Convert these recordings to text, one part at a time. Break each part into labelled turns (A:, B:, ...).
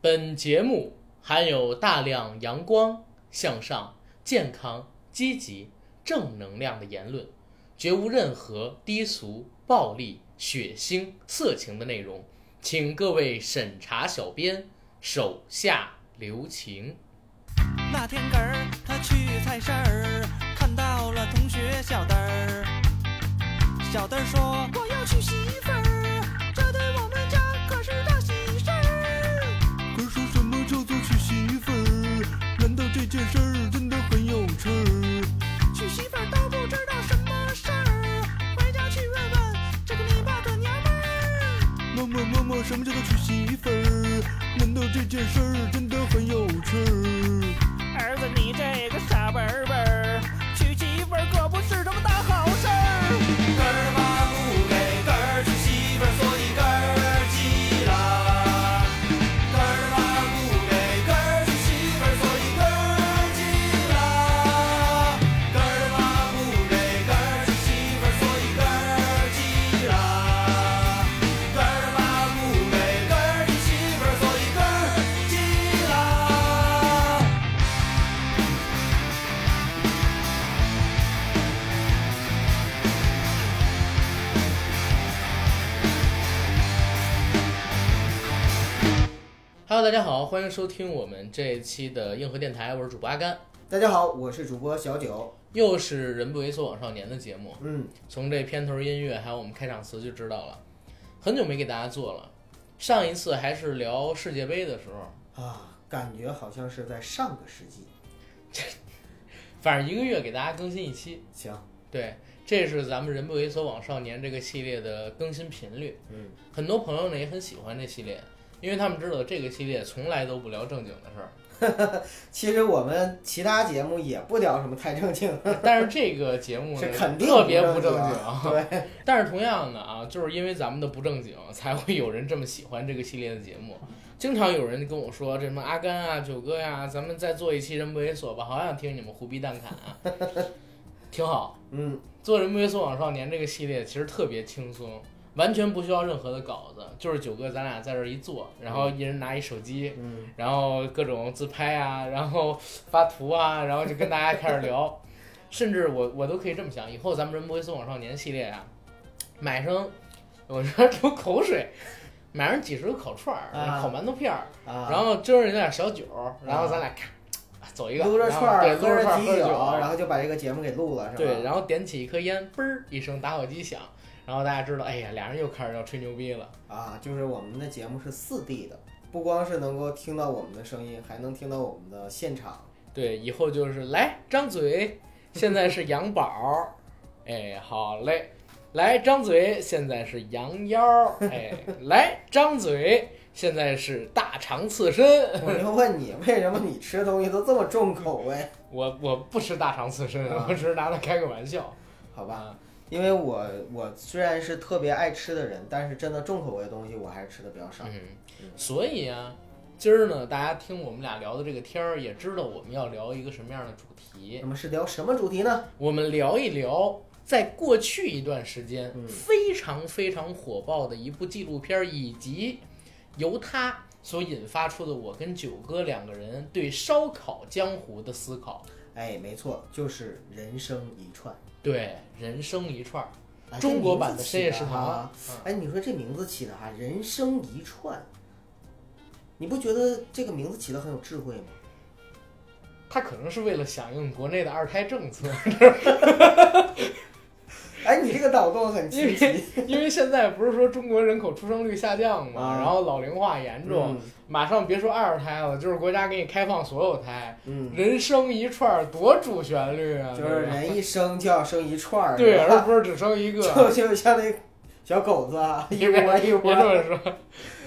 A: 本节目含有大量阳光、向上、健康、积极、正能量的言论，绝无任何低俗、暴力、血腥、色情的内容，请各位审查小编手下留情。
B: 那天根儿他去菜市儿，看到了同学小灯儿。小灯儿说：“我要娶媳妇儿，这对我们家可是大喜事儿。”可说什么叫做娶媳妇儿？难道这件事儿真的很有趣儿？娶媳妇儿都不知道什么事儿，回家去问问这个你爸的娘们儿。妈妈妈妈，什么叫做娶媳妇儿？难道这件事儿真的很有趣儿？儿子，你这个傻笨笨儿，娶媳妇儿可不是什么大好事儿。根儿妈不给根儿娶媳妇儿，所以根儿急了。根儿妈不给根儿娶媳妇儿，所以根儿急了。根儿妈不给根儿娶媳妇儿，所以根儿急了。根儿妈不给根儿娶媳妇儿，所以根儿急了。
A: Hello，大家好，欢迎收听我们这一期的硬核电台，我是主播阿甘，
C: 大家好，我是主播小九。
A: 又是《人不猥琐枉少年》的节目，
C: 嗯，
A: 从这片头音乐还有我们开场词就知道了，很久没给大家做了。上一次还是聊世界杯的时候，
C: 啊，感觉好像是在上个世纪。
A: 反正一个月给大家更新一期。
C: 行，
A: 对，这是咱们“人不猥琐枉少年”这个系列的更新频率。
C: 嗯，
A: 很多朋友呢也很喜欢这系列，因为他们知道这个系列从来都不聊正经的事 儿，
C: 其实我们其他节目也不聊什么太正 经，
A: 但是这个节目呢
C: 是肯定
A: 特别不
C: 正
A: 正
C: 啊
A: 经。 啊
C: 对，
A: 但是同样的啊，就是因为咱们的不正经，才会有人这么喜欢这个系列的节目。经常有人跟我说，这什么阿甘啊、九哥呀、咱们再做一期《人不猥琐》吧，好想听你们胡逼蛋侃啊，挺好。
C: 嗯，
A: 做《人不猥琐枉少年》这个系列其实特别轻松，完全不需要任何的稿子，就是九哥咱俩在这儿一坐，然后一人拿一手机，
C: 嗯，
A: 然后各种自拍啊，然后发图啊，然后就跟大家开始聊，甚至我我都可以这么想，以后咱们《人不猥琐枉少年》系列啊，买上我这流口水，买上几十个烤串儿、
C: 啊
A: 烤馒头片儿，
C: 啊，
A: 然后蒸上点小酒儿，然后咱俩咔、走一个，
C: 撸着
A: 然后
C: 串儿，
A: 对，
C: 喝
A: 撸着
C: 着
A: 串儿
C: 啤
A: 喝着
C: 酒，
A: 酒，啊
C: 然后就把这个节目给录了，是吧？
A: 对，然后点起一颗烟，嘣儿一声打火机响，然后大家知道，哎呀，俩人又开始要吹牛逼了。
C: 啊，就是我们的节目是四 D 的，不光是能够听到我们的声音，还能听到我们的现场。
A: 对，以后就是来张嘴，现在是羊宝儿，哎，好嘞，来张嘴，现在是羊腰儿，哎，来张嘴，现在是大肠刺身。
C: 我就问你，为什么你吃东西都这么重口味？
A: 我我不吃大肠刺身，
C: 啊
A: 我只是拿它开个玩笑，
C: 好
A: 好
C: 吧，？因为我我虽然是特别爱吃的人，但是真的重口味的东西我还是吃的比较少。
A: 嗯，所以啊，今儿呢，大家听我们俩聊的这个天儿，也知道我们要聊一个什么样的主题。
C: 那么是聊什么主题呢？
A: 我们聊一聊，在过去一段时间、
C: 嗯
A: 非常非常火爆的一部纪录片儿，以及由它所引发出的我跟九哥两个人对烧烤江湖的思考。
C: 哎，没错，就是人生一串，
A: 对，人生一串儿，
C: 哎
A: 中国版的
C: 这
A: 深
C: 名
A: 夜食
C: 字起的
A: 堂嗯
C: 哈。。哎，你说这名字起的哈，人生一串，你不觉得这个名字起的很有智慧吗？
A: 他可能是为了响应国内的二胎政策，
C: 哎，你这个脑洞很
A: 因
C: 清
A: 为
C: 奇。
A: 因为现在不是说中国人口出生率下降嘛，
C: 啊
A: 然后老龄化严重，
C: 嗯
A: 马上别说二胎了，就是国家给你开放所有胎，
C: 嗯，
A: 人生一串儿多主旋律啊！
C: 就是
A: 对吧
C: 人一生就要生一串儿，
A: 对，
C: 是
A: 而
C: 吧
A: 不是只生一个。
C: 就就像那小狗 子啊，一窝一
A: 别这
C: 窝。
A: 么说，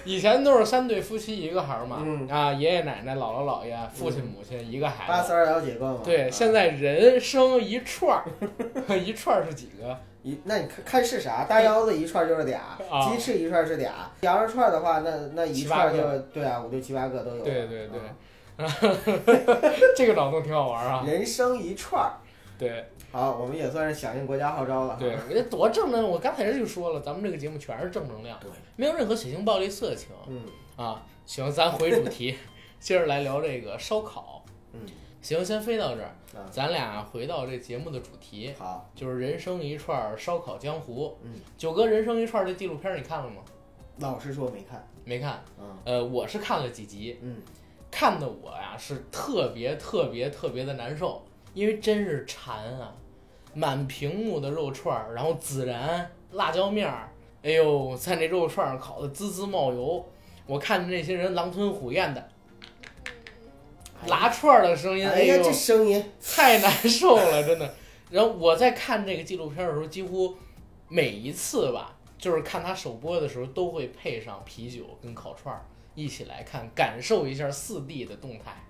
A: 以前都是三对夫妻一个孩儿嘛，
C: 嗯
A: 啊，爷爷奶奶、姥姥姥爷、父亲母亲一个
C: 八
A: 孩
C: 四
A: 子。
C: 二幺结构嘛。
A: 对，
C: 啊
A: 现在人生一串儿， 一串儿是几个？
C: 一那你看看是啥？大腰子一串就是俩，
A: 啊
C: 鸡翅一串是俩，羊肉串的话，那那一
A: 七八
C: 串
A: 个
C: 就对啊，五六七八个都有了。
A: 对对对
C: 啊
A: 这个脑洞挺好玩儿啊。
C: 人生一串儿。
A: 对
C: 好，我们也算是响应国家号召了。
A: 对，，人家多正能！我刚才就说了，咱们这个节目全是正能量，
C: 对
A: 没有任何血腥、暴力、色情
C: 嗯，
A: 啊。行，咱回主 题，接着来聊这个烧烤。
C: 嗯，
A: 行，先飞到这儿，
C: 啊，
A: 咱俩回到这节目的主题，
C: 好，
A: 就是人生一串儿烧烤江湖。
C: 嗯，
A: 九哥，人生一串儿这纪录片儿你看了吗？
C: 老实说没看，
A: 没看。
C: 嗯
A: 呃，我是看了几集，
C: 嗯，
A: 看的我呀是特别特别特别的难受，因为真是馋啊，满屏幕的肉串儿，然后孜然、辣椒面儿，哎呦，在那肉串儿烤的滋滋冒油。我看着那些人狼吞虎咽的拉串儿的声音，
C: 哎呀
A: 呦，，
C: 这声音，
A: 太难受了，真的。然后我在看这个纪录片的时候，几乎每一次吧，就是看他首播的时候，都会配上啤酒跟烤串儿一起来看，感受一下四 D 的动态。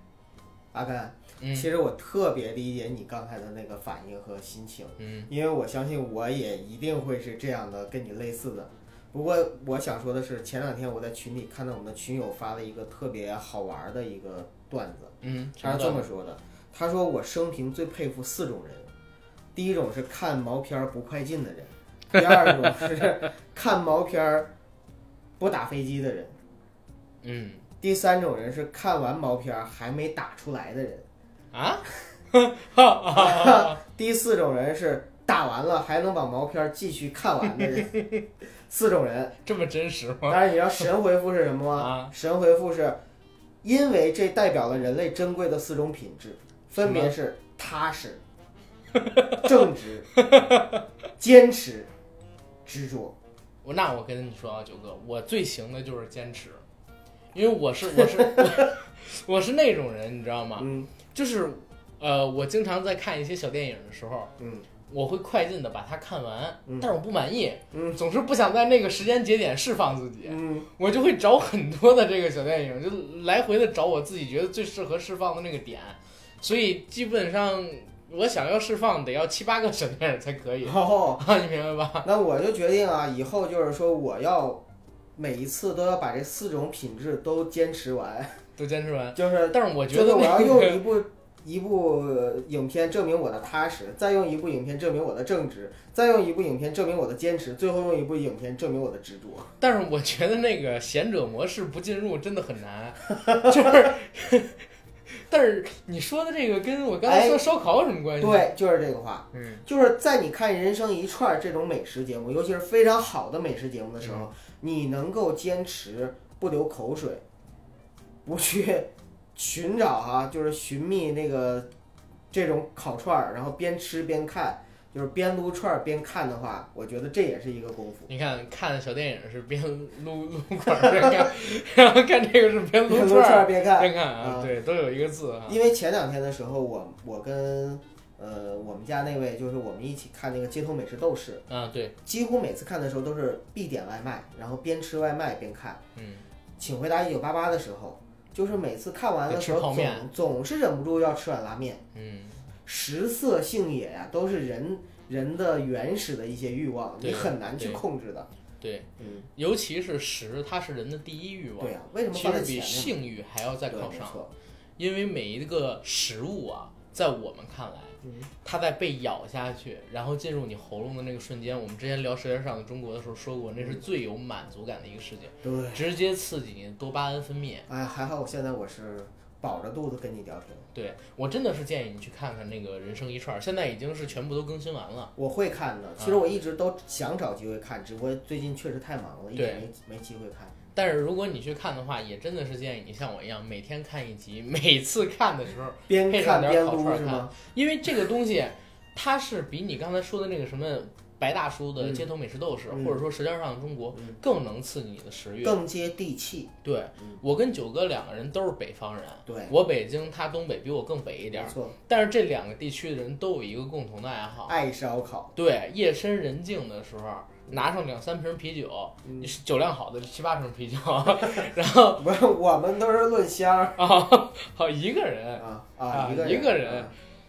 C: 阿甘，
A: 嗯
C: 其实我特别理解你刚才的那个反应和心情，
A: 嗯
C: 因为我相信我也一定会是这样的，跟你类似的。不过我想说的是，前两天我在群里看到我们的群友发了一个特别好玩的一个段子，
A: 嗯，
C: 他是这么说的：他说我生平最佩服四种人，第一种是看毛片儿不快进的人，第二种是看毛片儿不打飞机的人，
A: 嗯
C: 第三种人是看完毛片儿还没打出来的人，
A: 啊，
C: 第四种人是打完了还能把毛片儿继续看完的人。四种人，
A: 这么真实吗？
C: 但是你知道神回复是什么吗
A: 啊？
C: 神回复是，因为这代表了人类珍贵的四种品质，分别是踏实、正直、坚持、执着。
A: 我那我跟你说啊，九哥，我最行的就是坚持，因为我是 我是我我是那种人，你知道吗？
C: 嗯
A: 就是呃，我经常在看一些小电影的时候，
C: 嗯
A: 我会快进的把它看完，
C: 嗯
A: 但是我不满意，
C: 嗯
A: 总是不想在那个时间节点释放自己，
C: 嗯
A: 我就会找很多的这个小电影，就来回的找我自己觉得最适合释放的那个点，所以基本上我想要释放得要七八个小电影才可以
C: 然后
A: 啊，你明白吧？
C: 那我就决定啊，以后就是说我要每一次都要把这四种品质都坚持完，
A: 都坚持完，
C: 就是
A: 但是我觉
C: 就是
A: 得
C: 我
A: 那
C: 要
A: 个
C: 用一部一部影片证明我的踏实，再用一部影片证明我的正直，再用一部影片证明我的坚持，最后用一部影片证明我的执着。
A: 但是我觉得那个贤者模式不进入真的很难， 就是。 但是你说的这个跟我刚才说烧烤有什么关系？，
C: 哎对，就是这个话，
A: 嗯
C: 就是在你看《人生一串》这种美食节目，尤其是非常好的美食节目的时
A: 嗯
C: 候，你能够坚持不流口水，不去寻找哈、就是寻觅那个这种烤串儿，然后边吃边看。就是边撸串儿边看的话，我觉得这也是一个功夫。
A: 你看看小电影是边撸撸管儿边看，然后看这个是边撸
C: 边撸
A: 串
C: 串儿
A: 儿
C: 边看，
A: 边看啊
C: 啊，
A: 对，都有一个字啊。
C: 因为前两天的时候，我我跟呃我们家那位就是我们一起看那个《街头美食斗士
A: 啊，对，》，
C: 几乎每次看的时候都是必点外卖，然后边吃外卖边看。
A: 嗯，
C: 请回答一九八八的时候，就是每次看完的时
A: 吃泡
C: 候，
A: 面
C: 总总是忍不住要吃碗拉面。
A: 嗯，
C: 食色性也呀、都是人人的原始的一些欲望，
A: 对
C: 你很难去
A: 对
C: 控制的。
A: 对，
C: 嗯，
A: 尤其是食，它是人的第一欲望
C: 对，呀、啊为什么
A: 其
C: 放
A: 实
C: 在
A: 比
C: 前面呢？
A: 性欲还要再
C: 对
A: 靠
C: 没
A: 上，
C: 错
A: 因为每一个食物啊，在我们看来，
C: 嗯
A: 它在被咬下去，然后进入你喉咙的那个瞬间，我们之前聊《舌尖上的中国》的时候说过，那是最有满足感的一个事情，
C: 嗯对。
A: 直接刺激你的多巴胺分泌。
C: 哎，还好我现在我是饱着肚子跟你聊天，
A: 对我真的是建议你去看看那个《人生一串》，现在已经是全部都更新完了。
C: 我会看的。其实我一直都想找机会看，只不过最近确实太忙了，一直
A: 对
C: 没没机会看。
A: 但是如果你去看的话，也真的是建议你像我一样，每天看一集，每次看的时候，
C: 边
A: 配上
C: 看
A: 点
C: 边
A: 烤
C: 撸
A: 串儿
C: 是吗？
A: 因为这个东西，它是比你刚才说的那个什么白大叔的
C: 嗯
A: 《街头美食斗士》
C: 嗯
A: 或者说《舌尖上的中国》
C: 嗯
A: 更能刺激你的食欲。
C: 更接地气。
A: 对
C: 嗯
A: 我跟九哥两个人都是北方人，
C: 对，
A: 我北京，他东北，比我更北一点
C: 没
A: 儿。
C: 错，
A: 但是这两个地区的人都有一个共同的爱好，
C: 爱烧烤。
A: 对，夜深人静的时候，拿上两三瓶啤酒，
C: 嗯
A: 酒量好的七八瓶啤酒，然后
C: 不是，我们都是论箱儿
A: 啊，好一个人，
C: 啊
A: 啊
C: 一个
A: 一个人
C: 人，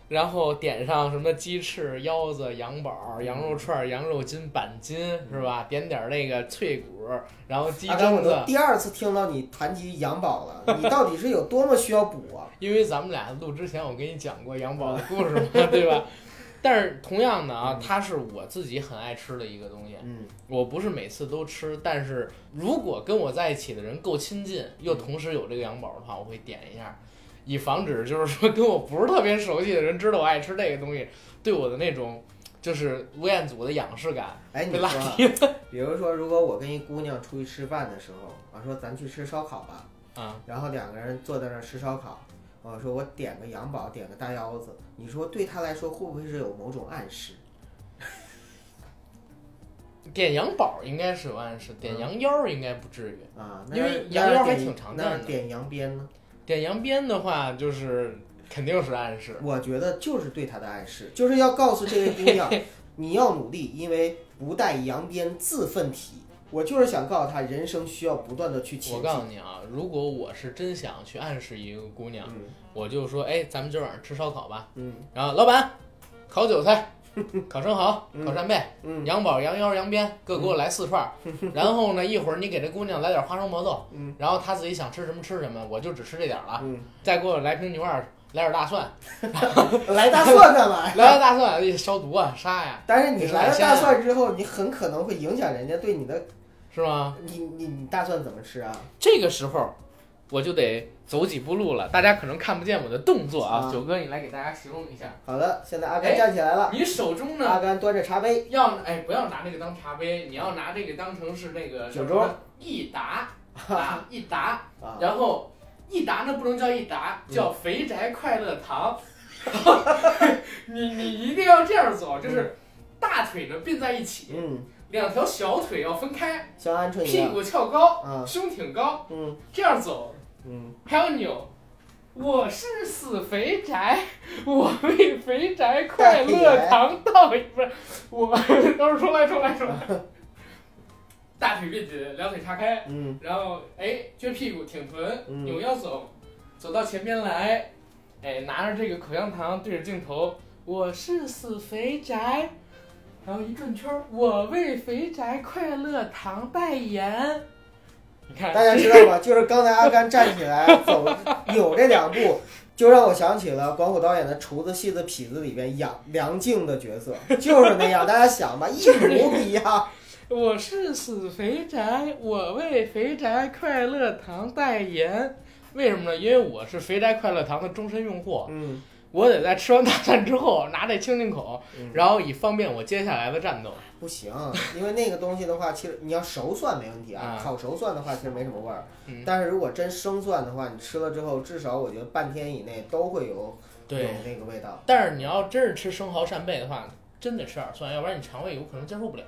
A: 然后点上什么鸡翅、腰子、羊宝、羊肉串、羊肉筋、板筋是吧？点点那个脆骨，然后鸡
C: 阿甘，我
A: 胗
C: 都
A: 子。
C: 第二次听到你谈及羊宝了， 你到底 是有多么需要补啊？
A: 因为咱们俩录之前，我跟你讲过羊宝的故事嘛，对吧？ 但是同样的啊，它是我自己很爱吃的一个东西，
C: 嗯，
A: 我不是每次都吃，但是如果跟我在一起的人够亲近，又同时有这个羊宝的话，我会点一下，以防止就是说跟我不是特别熟悉的人知道我哎爱吃这个东西，对我的那种就是吴彦祖的仰视感
C: 哎，你
A: 被
C: 说
A: 拉
C: 啊，
A: 低了
C: 比如说，如果我跟一姑娘出去吃饭的时候，我说咱去吃烧烤吧，
A: 啊，
C: 然后两个人坐在那儿吃烧烤，我说我点个羊宝，点个大腰子，你说对她来说会不会是有某种暗示？
A: 点羊宝应该是有暗示，点羊腰儿应该不至于。
C: 啊，那
A: 因为
C: 要
A: 羊
C: 那要
A: 肉还
C: 点
A: 挺常
C: 那
A: 见
C: 要
A: 的
C: 点羊鞭呢？
A: 点羊鞭的话，就是肯定是暗示。
C: 我觉得就是对她的暗示，就是要告诉这位姑 娘，你要努力，因为不带羊鞭自奋蹄。我就是想告诉她，人生需要不断的去
A: 我
C: 前
A: 告
C: 进。
A: 诉你啊，如果我是真想去暗示一个姑娘，
C: 嗯
A: 我就说，哎，咱们今儿晚上吃烧烤吧。
C: 嗯
A: 然后老板，烤韭 菜、烤生蚝、
C: 嗯
A: 烤扇贝、
C: 嗯
A: 羊宝、羊腰、羊鞭，各给我来四串 儿。然后呢，一会儿你给这姑娘来点花生毛豆，
C: 嗯
A: 然后她自己想吃什么吃什么，我就只吃这点儿了。
C: 嗯，
A: 再给我来瓶牛二，来点大 蒜，
C: 来大蒜干嘛呀？
A: 来点大蒜消毒啊，杀呀，
C: 但是你来了大蒜之后，你很可能会影响人家对你的，
A: 是吗？
C: 你你你大蒜怎么吃啊？
A: 这个时候我就得走几步路了，大家可能看不见我的动作啊。
C: 啊
A: 九哥，你来给大家形容一下，
C: 好的，现在阿
A: 哎
C: 甘站起来了，
A: 你手中
C: 阿
A: 呢
C: 甘端着茶杯，
A: 要哎不要拿这个当茶杯，你要拿这个当成是那个
C: 酒
A: 什么一 达啊一达，
C: 啊，嗯
A: 然后一达呢不能叫一达，叫肥宅快乐糖。 你你一定要这样走，就是大腿呢并在一起，
C: 嗯，
A: 两条小腿要分开，
C: 像鹌鹑一
A: 屁
C: 样，
A: 股翘高，
C: 啊，
A: 胸挺高，
C: 嗯
A: 这样走
C: 嗯，
A: 还有扭。我是死肥宅， 我为肥宅快乐糖倒一不是我，等会儿重来重来重 来。大腿并紧，两腿岔开，
C: 嗯
A: 然后哎撅屁股挺臀，
C: 嗯
A: 扭腰走，走到前边来，哎拿着这个口香糖对着镜头，我是死肥宅，然后一转圈儿，我为肥宅快乐糖代言。你看，
C: 大家知道吗？就是刚才阿甘站起来走扭这两步，就让我想起了管虎导演的《厨子戏子痞子》里边杨梁静的角色，就是那样。大家想吧，一模一样。
A: 我是死肥宅，我为肥宅快乐堂代言。为什么呢？因为我是肥宅快乐堂的终身用户，
C: 嗯，
A: 我得在吃完大饭之后拿这清清口，
C: 嗯
A: 然后以方便我接下来的战斗。
C: 不行，因为那个东西的话，其实你要熟蒜没问题啊
A: 啊，
C: 烤熟蒜的话其实没什么味儿
A: 嗯，
C: 但是如果真生蒜的话，你吃了之后，至少我觉得半天以内都会有有那个味道。
A: 但是你要真是吃生蚝扇贝的话，真得吃点蒜，要不然你肠胃有可能接受不了。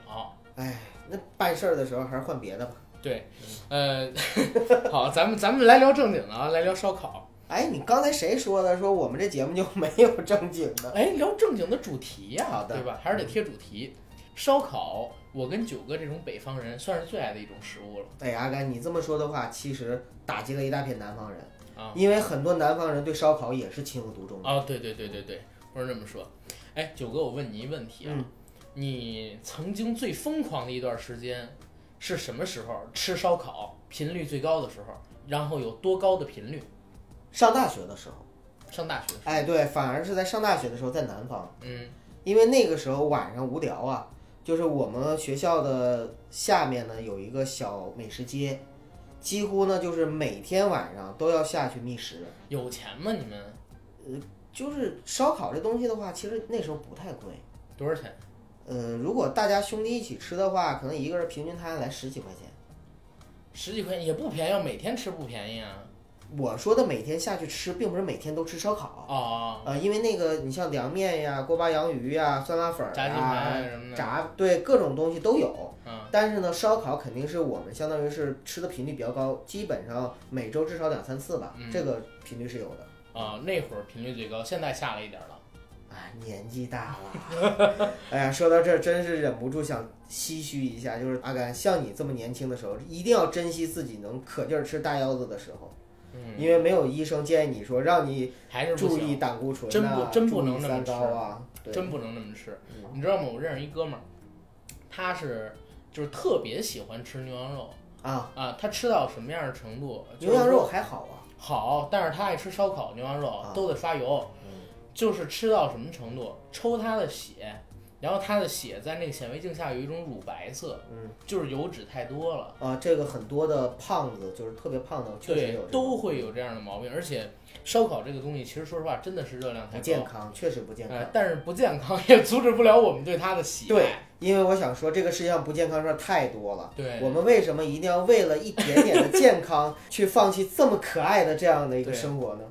C: 哎，那办事儿的时候还是换别的吧。
A: 对，呃， 好，咱们咱们来聊正经的啊，来聊烧烤。
C: 哎，你刚才谁说的？说我们这节目就没有正经的？
A: 哎，聊正经的主题呀、
C: 好的
A: 对吧？还是得贴主题。烧烤，我跟九哥这种北方人算是最爱的一种食物了。
C: 哎，阿甘，你这么说的话，其实打击了一大片南方人，
A: 啊
C: 因为很多南方人对烧烤也是情有独钟的。
A: 哦，对对对对对，不是这么说。哎，九哥，我问你一问题啊，
C: 嗯
A: 你曾经最疯狂的一段时间是什么时候？吃烧烤频率最高的时候，然后有多高的频率？
C: 上大学的时候，
A: 上大学的时候，
C: 哎，对，反而是在上大学的时候，在南方。
A: 嗯
C: 因为那个时候晚上无聊啊，就是我们学校的下面呢有一个小美食街，几乎呢就是每天晚上都要下去觅食。
A: 有钱吗？你们
C: 就是烧烤这东西的话，其实那时候不太贵。
A: 多少钱？
C: 呃，如果大家兄弟一起吃的话，可能一个人平均摊下来十几块钱。
A: 十几块钱也不便宜，要每天吃不便宜啊。
C: 我说的每天下去吃，并不是每天都吃烧烤，
A: 哦，
C: 呃，因为那个你像凉面呀、锅巴洋鱼呀、酸辣粉儿
A: 炸鸡
C: 啊
A: 排、什么的，
C: 炸对各种东西都有。
A: 嗯
C: 但是呢，烧烤肯定是我们相当于是吃的频率比较高，基本上每周至少两三次吧，
A: 嗯
C: 这个频率是有的。
A: 啊，那会儿频率最高，现在下来一点了。
C: 哎，年纪大了， 哎呀，说到这儿真是忍不住想唏嘘一下，就是阿甘，像你这么年轻的时候，一定要珍惜自己能可劲儿吃大腰子的时候，
A: 嗯，
C: 因为没有医生建议你说让你
A: 还是不
C: 注意
A: 行，
C: 胆固醇
A: 真
C: 呐、
A: 不真不
C: 注意
A: 能那么
C: 三
A: 吃
C: 高啊，对
A: 真不能那么吃。
C: 嗯
A: 你知道吗？我认识一哥们儿，他是就是特别喜欢吃牛羊肉
C: 啊，
A: 啊，他吃到什么样的程度？
C: 牛羊
A: 就是
C: 肉
A: 说
C: 还好啊，
A: 好，但是他爱吃烧烤、牛羊肉
C: 啊
A: 都得刷油。
C: 嗯
A: 就是吃到什么程度，抽它的血，然后它的血在那个显微镜下有一种乳白色，
C: 嗯
A: 就是油脂太多了。
C: 啊，这个很多的胖子就是特别胖的，确实
A: 对
C: 有这，种
A: 都会有这样的毛病，而且烧烤这个东西，其实说实话，真的是热量太
C: 不
A: 高，
C: 健康，确实不健
A: 呃
C: 康。，
A: 但是不健康 也阻止不了我们对它的喜爱。
C: 对，因为我想说，这个世界上不健康事儿太多了。
A: 对
C: 我们为什么一定要为了一点点的健康去放弃这么可爱的这样的一个
A: 对
C: 生活呢？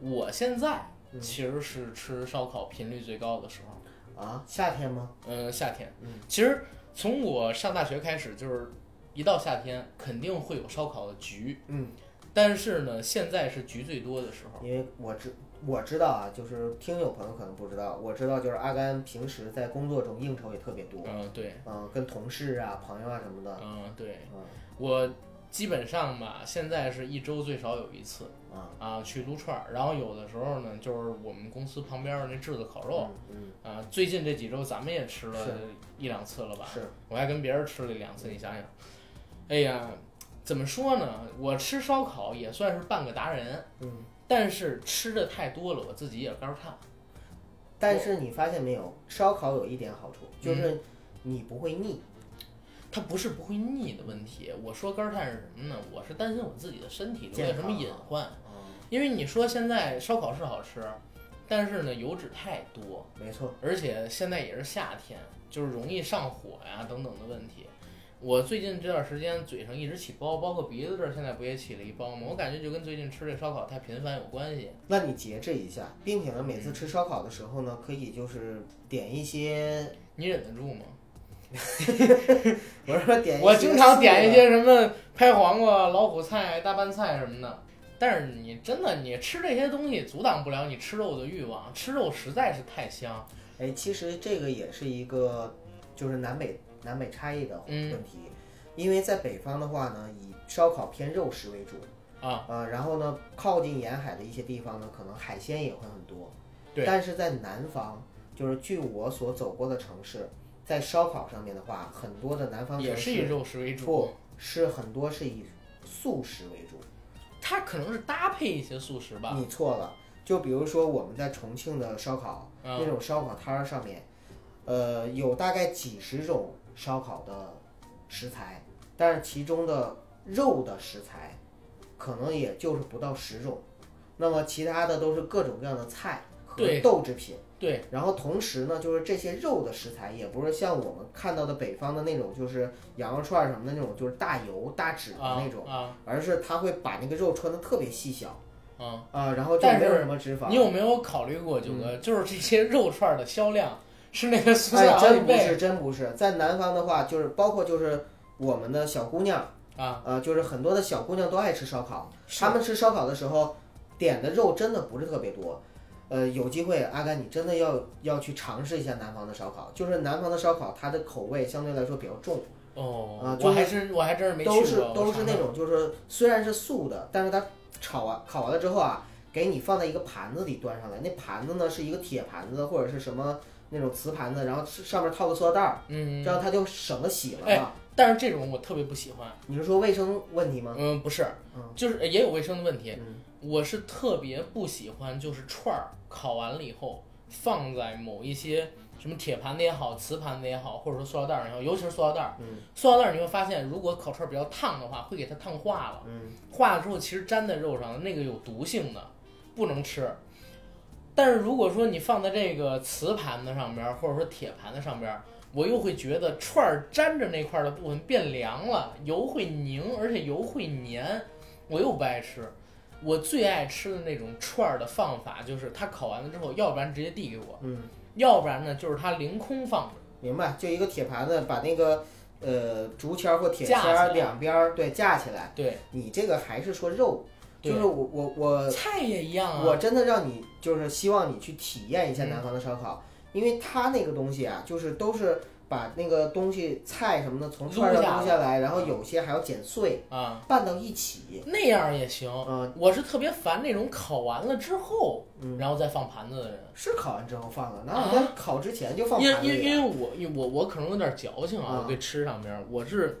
A: 我现在
C: 嗯
A: 其实是吃烧烤频率最高的时候，
C: 啊，夏天吗？
A: 嗯，夏天。
C: 嗯
A: 其实从我上大学开始，就是一到夏天肯定会有烧烤的局，
C: 嗯，
A: 但是呢，现在是局最多的时候。
C: 因为我知我知道啊，就是听友朋友可能不知道，我知道就是阿甘平时在工作中应酬也特别多，
A: 嗯，对，
C: 嗯，跟同事啊、朋友啊什么的，
A: 嗯，对，
C: 嗯
A: 我基本上吧，现在是一周最少有一次
C: 啊，
A: 啊，去撸串儿。然后有的时候呢，就是我们公司旁边儿那炙子烤肉。
C: 嗯，
A: 啊，最近这几周咱们也吃了
C: 是
A: 一两次了吧
C: 嗯？是，
A: 我还跟别人吃了两次，你想想，哎呀，怎么说呢？我吃烧烤也算是半个达人，
C: 嗯，
A: 但是吃的太多了，我自己也肝儿烫。
C: 但是你发现没有，烧烤有一点好处，
A: 嗯
C: 就是你不会腻，
A: 它不是不会腻的问题，我说肝儿烫是什么呢？我是担心我自己的身体留下
C: 啊
A: 什么隐患，
C: 嗯，
A: 因为你说现在烧烤是好吃，但是呢油脂太多，
C: 没错，
A: 而且现在也是夏天，就是容易上火呀等等的问题。我最近这段时间嘴上一直起包，包括鼻子这儿现在不也起了一包吗？我感觉就跟最近吃这烧烤太频繁有关系。
C: 那你节制一下，并且呢，每
A: 嗯
C: 次吃烧烤的时候呢，可以就是点一些，
A: 你忍得住吗？
C: 我是说点一些素的，
A: 我经常点一些什么拍黄瓜、老虎菜、大拌菜什么的。但是你真的，你吃这些东西阻挡不了你吃肉的欲望，吃肉实在是太香。
C: 哎，其实这个也是一个就是南北南北差异的
A: 嗯
C: 问题，因为在北方的话呢，以烧烤偏肉食为主
A: 啊，
C: 呃，然后呢，靠近沿海的一些地方呢，可能海鲜也会很多，
A: 对
C: 但是在南方，就是据我所走过的城市，在烧烤上面的话，很多的南方
A: 也
C: 城
A: 是以
C: 市
A: 肉食为主
C: 不，是很多是以素食为主。
A: 它可能是搭配一些素食吧。
C: 你错了，就比如说我们在重庆的烧烤，那
A: 嗯
C: 种烧烤摊儿上面，呃，有大概几十种烧烤的食材，但是其中的肉的食材，可能也就是不到十种，那么其他的都是各种各样的菜和
A: 对
C: 豆制品。
A: 对，
C: 然后同时呢，就是这些肉的食材，也不是像我们看到的北方的那种，就是羊肉串儿什么的那种，就是大油大脂的
A: 啊
C: 那种，
A: 啊
C: 而是它会把那个肉穿的特别细小
A: 啊！
C: 啊、然后就
A: 但
C: 没有
A: 是
C: 什么脂肪。
A: 你有没有考虑过九哥？就是这些肉串的销量是那个苏
C: 嗯哎，
A: 菜好几
C: 真不
A: 倍
C: 是，真不是，在南方的话，就是包括就是我们的小姑娘，
A: 啊？
C: 呃，就是很多的小姑娘都爱吃烧烤。
A: 是
C: 她们吃烧烤的时候，点的肉真的不是特别多。呃，有机会，阿甘，你真的要要去尝试一下南方的烧烤。就是南方的烧烤，它的口味相对来说比较重，
A: 哦
C: 啊，
A: 我
C: 就是
A: 还真我还真是没去
C: 都是
A: 过，
C: 都
A: 我
C: 是
A: 尝
C: 那
A: 尝
C: 种就是虽然是素的，但是它炒完烤完了之后啊，给你放在一个盘子里端上来。那盘子呢是一个铁盘子或者是什么那种瓷盘子，然后上面套个塑料袋儿。
A: 嗯，
C: 这样它就省了洗了嘛。啊
A: 哎但是这种我特别不喜欢。
C: 你是说卫生问题吗？
A: 嗯，不是
C: 嗯，
A: 就是也有卫生的问题。
C: 嗯，
A: 我是特别不喜欢，就是串儿烤完了以后放在某一些什么铁盘子也好、瓷盘子也好，或者说塑料袋儿也好，尤其是塑料袋儿。
C: 嗯
A: 塑料袋儿你会发现，如果烤串儿比较烫的话，会给它烫化了。
C: 嗯，
A: 化了之后，其实粘在肉上，那个有毒性的，不能吃。但是如果说你放在这个瓷盘子上边儿，或者说铁盘子上边儿，我又会觉得串儿粘着那块儿的部分变凉了，油会凝，而且油会粘，我又不爱吃。我最爱吃的那种串儿的放法，就是它烤完了之后，要不然直接递给我，
C: 嗯，
A: 要不然呢就是它凌空放着。
C: 明白，就一个铁盘子把那个呃竹签儿或铁签
A: 架起
C: 儿
A: 来
C: 两边儿对架起来。
A: 对，
C: 你这个还是说肉，
A: 对
C: 就是我我我
A: 菜也一样啊。
C: 我真的让你就是希望你去体验一
A: 嗯
C: 下南方的烧烤，因为它那个东西啊，就是都是把那个东西菜什么的从串儿
A: 撸下
C: 上
A: 来
C: 撸下来，然后有些还要剪碎
A: 啊，
C: 拌到一起。
A: 那样也行。
C: 嗯、
A: 我是特别烦那种烤完了之后，
C: 嗯
A: 然后再放盘子的人，
C: 是烤完之后放的，哪有在烤之前就放
A: 因
C: 盘子
A: 啊因
C: 里
A: 因
C: 啊？
A: 为我因为我我可能有点矫情啊，
C: 啊
A: 我对吃上边儿，我是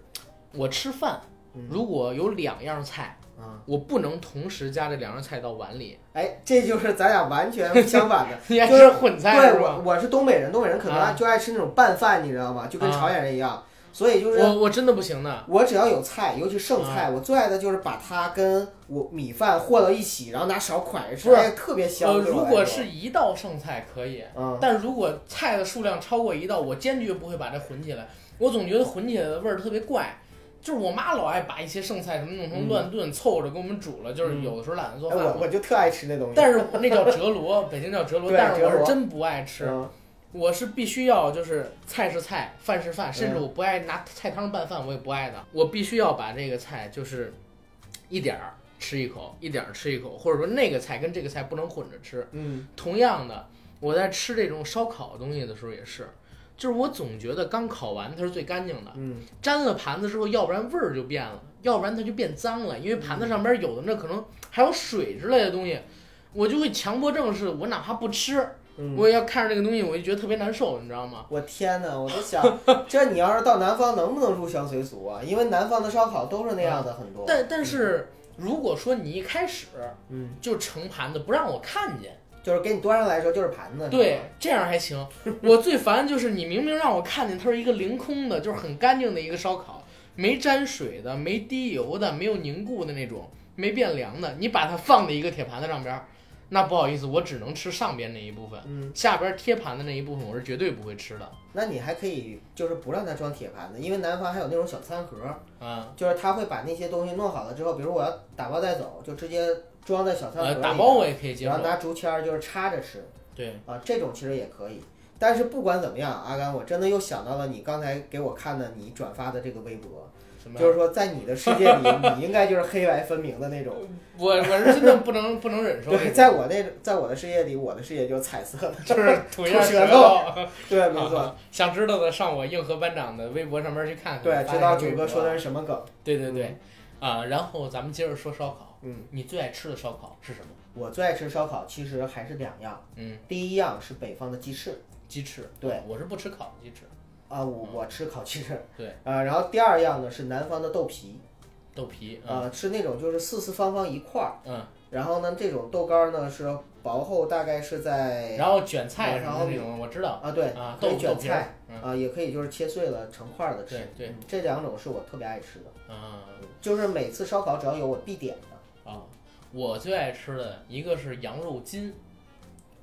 A: 我吃饭
C: 嗯
A: 如果有两样菜，
C: 嗯啊，
A: 我不能同时夹着两样菜到碗里，
C: 哎，这就是咱俩完全相反的。
A: 你还
C: 就是
A: 是混菜
C: 对
A: 是
C: 我
A: 吧？
C: 我是东北人，东北人可能
A: 啊
C: 就爱吃那种拌饭，你知道吗？就跟
A: 啊
C: 朝鲜人一样，所以就是
A: 我啊我真的不行的，
C: 我只要有菜，尤其剩菜，我最爱的就是把它跟我米饭和到一起，然后拿勺㧟着吃，
A: 不是
C: 哎，特别香。
A: 呃，
C: 对我
A: 如
C: 来
A: 果
C: 说
A: 是一道剩菜可以，
C: 嗯，
A: 但如果菜的数量超过一道，我坚决不会把它混起来。我总觉得混起来的味儿特别怪，就是我妈老爱把一些剩菜什么弄成乱炖，凑着给我们煮了，就是有的时候懒得做
C: 哎
A: 饭
C: 我
A: 嘛。
C: 我就特爱吃那东西。
A: 但是我那叫折罗， 北京叫折罗，
C: 对
A: 但是我
C: 折
A: 是
C: 罗
A: 真不爱吃，
C: 嗯
A: 我是必须要就是菜是菜，饭是
C: 嗯
A: 饭，甚至我不爱拿菜汤拌饭，我也不爱的，我必须要把这个菜就是一点儿吃一口，一点儿吃一口，或者说那个菜跟这个菜不能混着吃。
C: 嗯
A: 同样的，我在吃这种烧烤东西的时候也是，就是我总觉得刚烤完它是最干净的，
C: 嗯
A: 沾了盘子之后，要不然味儿就变了，要不然它就变脏了，因为盘子上边有的那可能还有水之类的东西，我就会强迫症是，我哪怕不吃，
C: 嗯，
A: 我也要看着这个东西，我就觉得特别难受，你知道吗？
C: 我天哪，我都想，这你要是到南方能不能入乡随俗啊？因为南方的烧烤都是那样的，很多。
A: 但但是如果说你一开始
C: 嗯，
A: 就盛盘子不让我看见，
C: 就是给你端上来的时候就是盘子。是
A: 对
C: 吧，，
A: 这样还 行。我最烦就是你明明让我看见它是一个凌空的，就是很干净的一个烧烤，没沾水的，没滴油的，没有凝固的那种，没变凉的，你把它放在一个铁盘子上边儿，那不好意思，我只能吃上边那一部分，
C: 嗯，
A: 下边贴盘的那一部分我是绝对不会吃的。
C: 那你还可以就是不让它装铁盘子，因为南方还有那种小餐盒。
A: 啊，
C: 就是他会把那些东西弄好了之后，比如我要打包带走，就直接装在小餐盒
A: 呃，
C: 里，
A: 打包我也可啊以接
C: 然后
A: 受。
C: 拿竹签儿就是插着吃
A: 对，
C: 啊，这种其实也可以。但是不管怎么样，啊阿甘，我真的又想到了你刚才给我看的你转发的这个微博，
A: 什么呀？
C: 就是说在你的世界里，你应该就是黑白分明的那种。
A: 我我是真的不能不能忍受这
C: 对，
A: 种，
C: 在我那在我的世界里，我的世界就是彩色的。
A: 就是吐一下
C: 吐
A: 舌
C: 舌头
A: 头。
C: 对，没错。
A: 想知道的上我硬核班长的微博上面去看看。
C: 对，
A: 发
C: 知
A: 一下
C: 道九
A: 微
C: 哥
A: 博
C: 说
A: 啊
C: 的是什么梗？
A: 对对对，啊、然后咱们接着说烧烤。
C: 嗯，
A: 你最爱吃的烧烤是什么？
C: 我最爱吃烧烤，其实还是两样。
A: 嗯，
C: 第一样是北方的鸡翅，
A: 鸡翅。
C: 对，
A: 我是不吃烤鸡翅，
C: 啊，我我吃烤鸡翅。
A: 嗯对，
C: 呃，然后第二样呢是南方的豆皮，
A: 豆皮。嗯
C: 呃，是那种就是四四方方一块儿，
A: 嗯，
C: 然后呢这种豆干儿呢是薄厚，大概是在
A: 然后卷菜什
C: 然
A: 么
C: 后
A: 的那种，我知道。
C: 啊对
A: 啊，
C: 可
A: 豆
C: 以卷
A: 豆皮儿
C: 菜。啊，也可以就是切碎了成块儿的吃
A: 嗯对。对
C: 嗯，这两种是我特别爱吃的，
A: 嗯啊
C: 就是每次烧烤只要有我必点的
A: 啊，我最爱吃的一个是羊肉筋，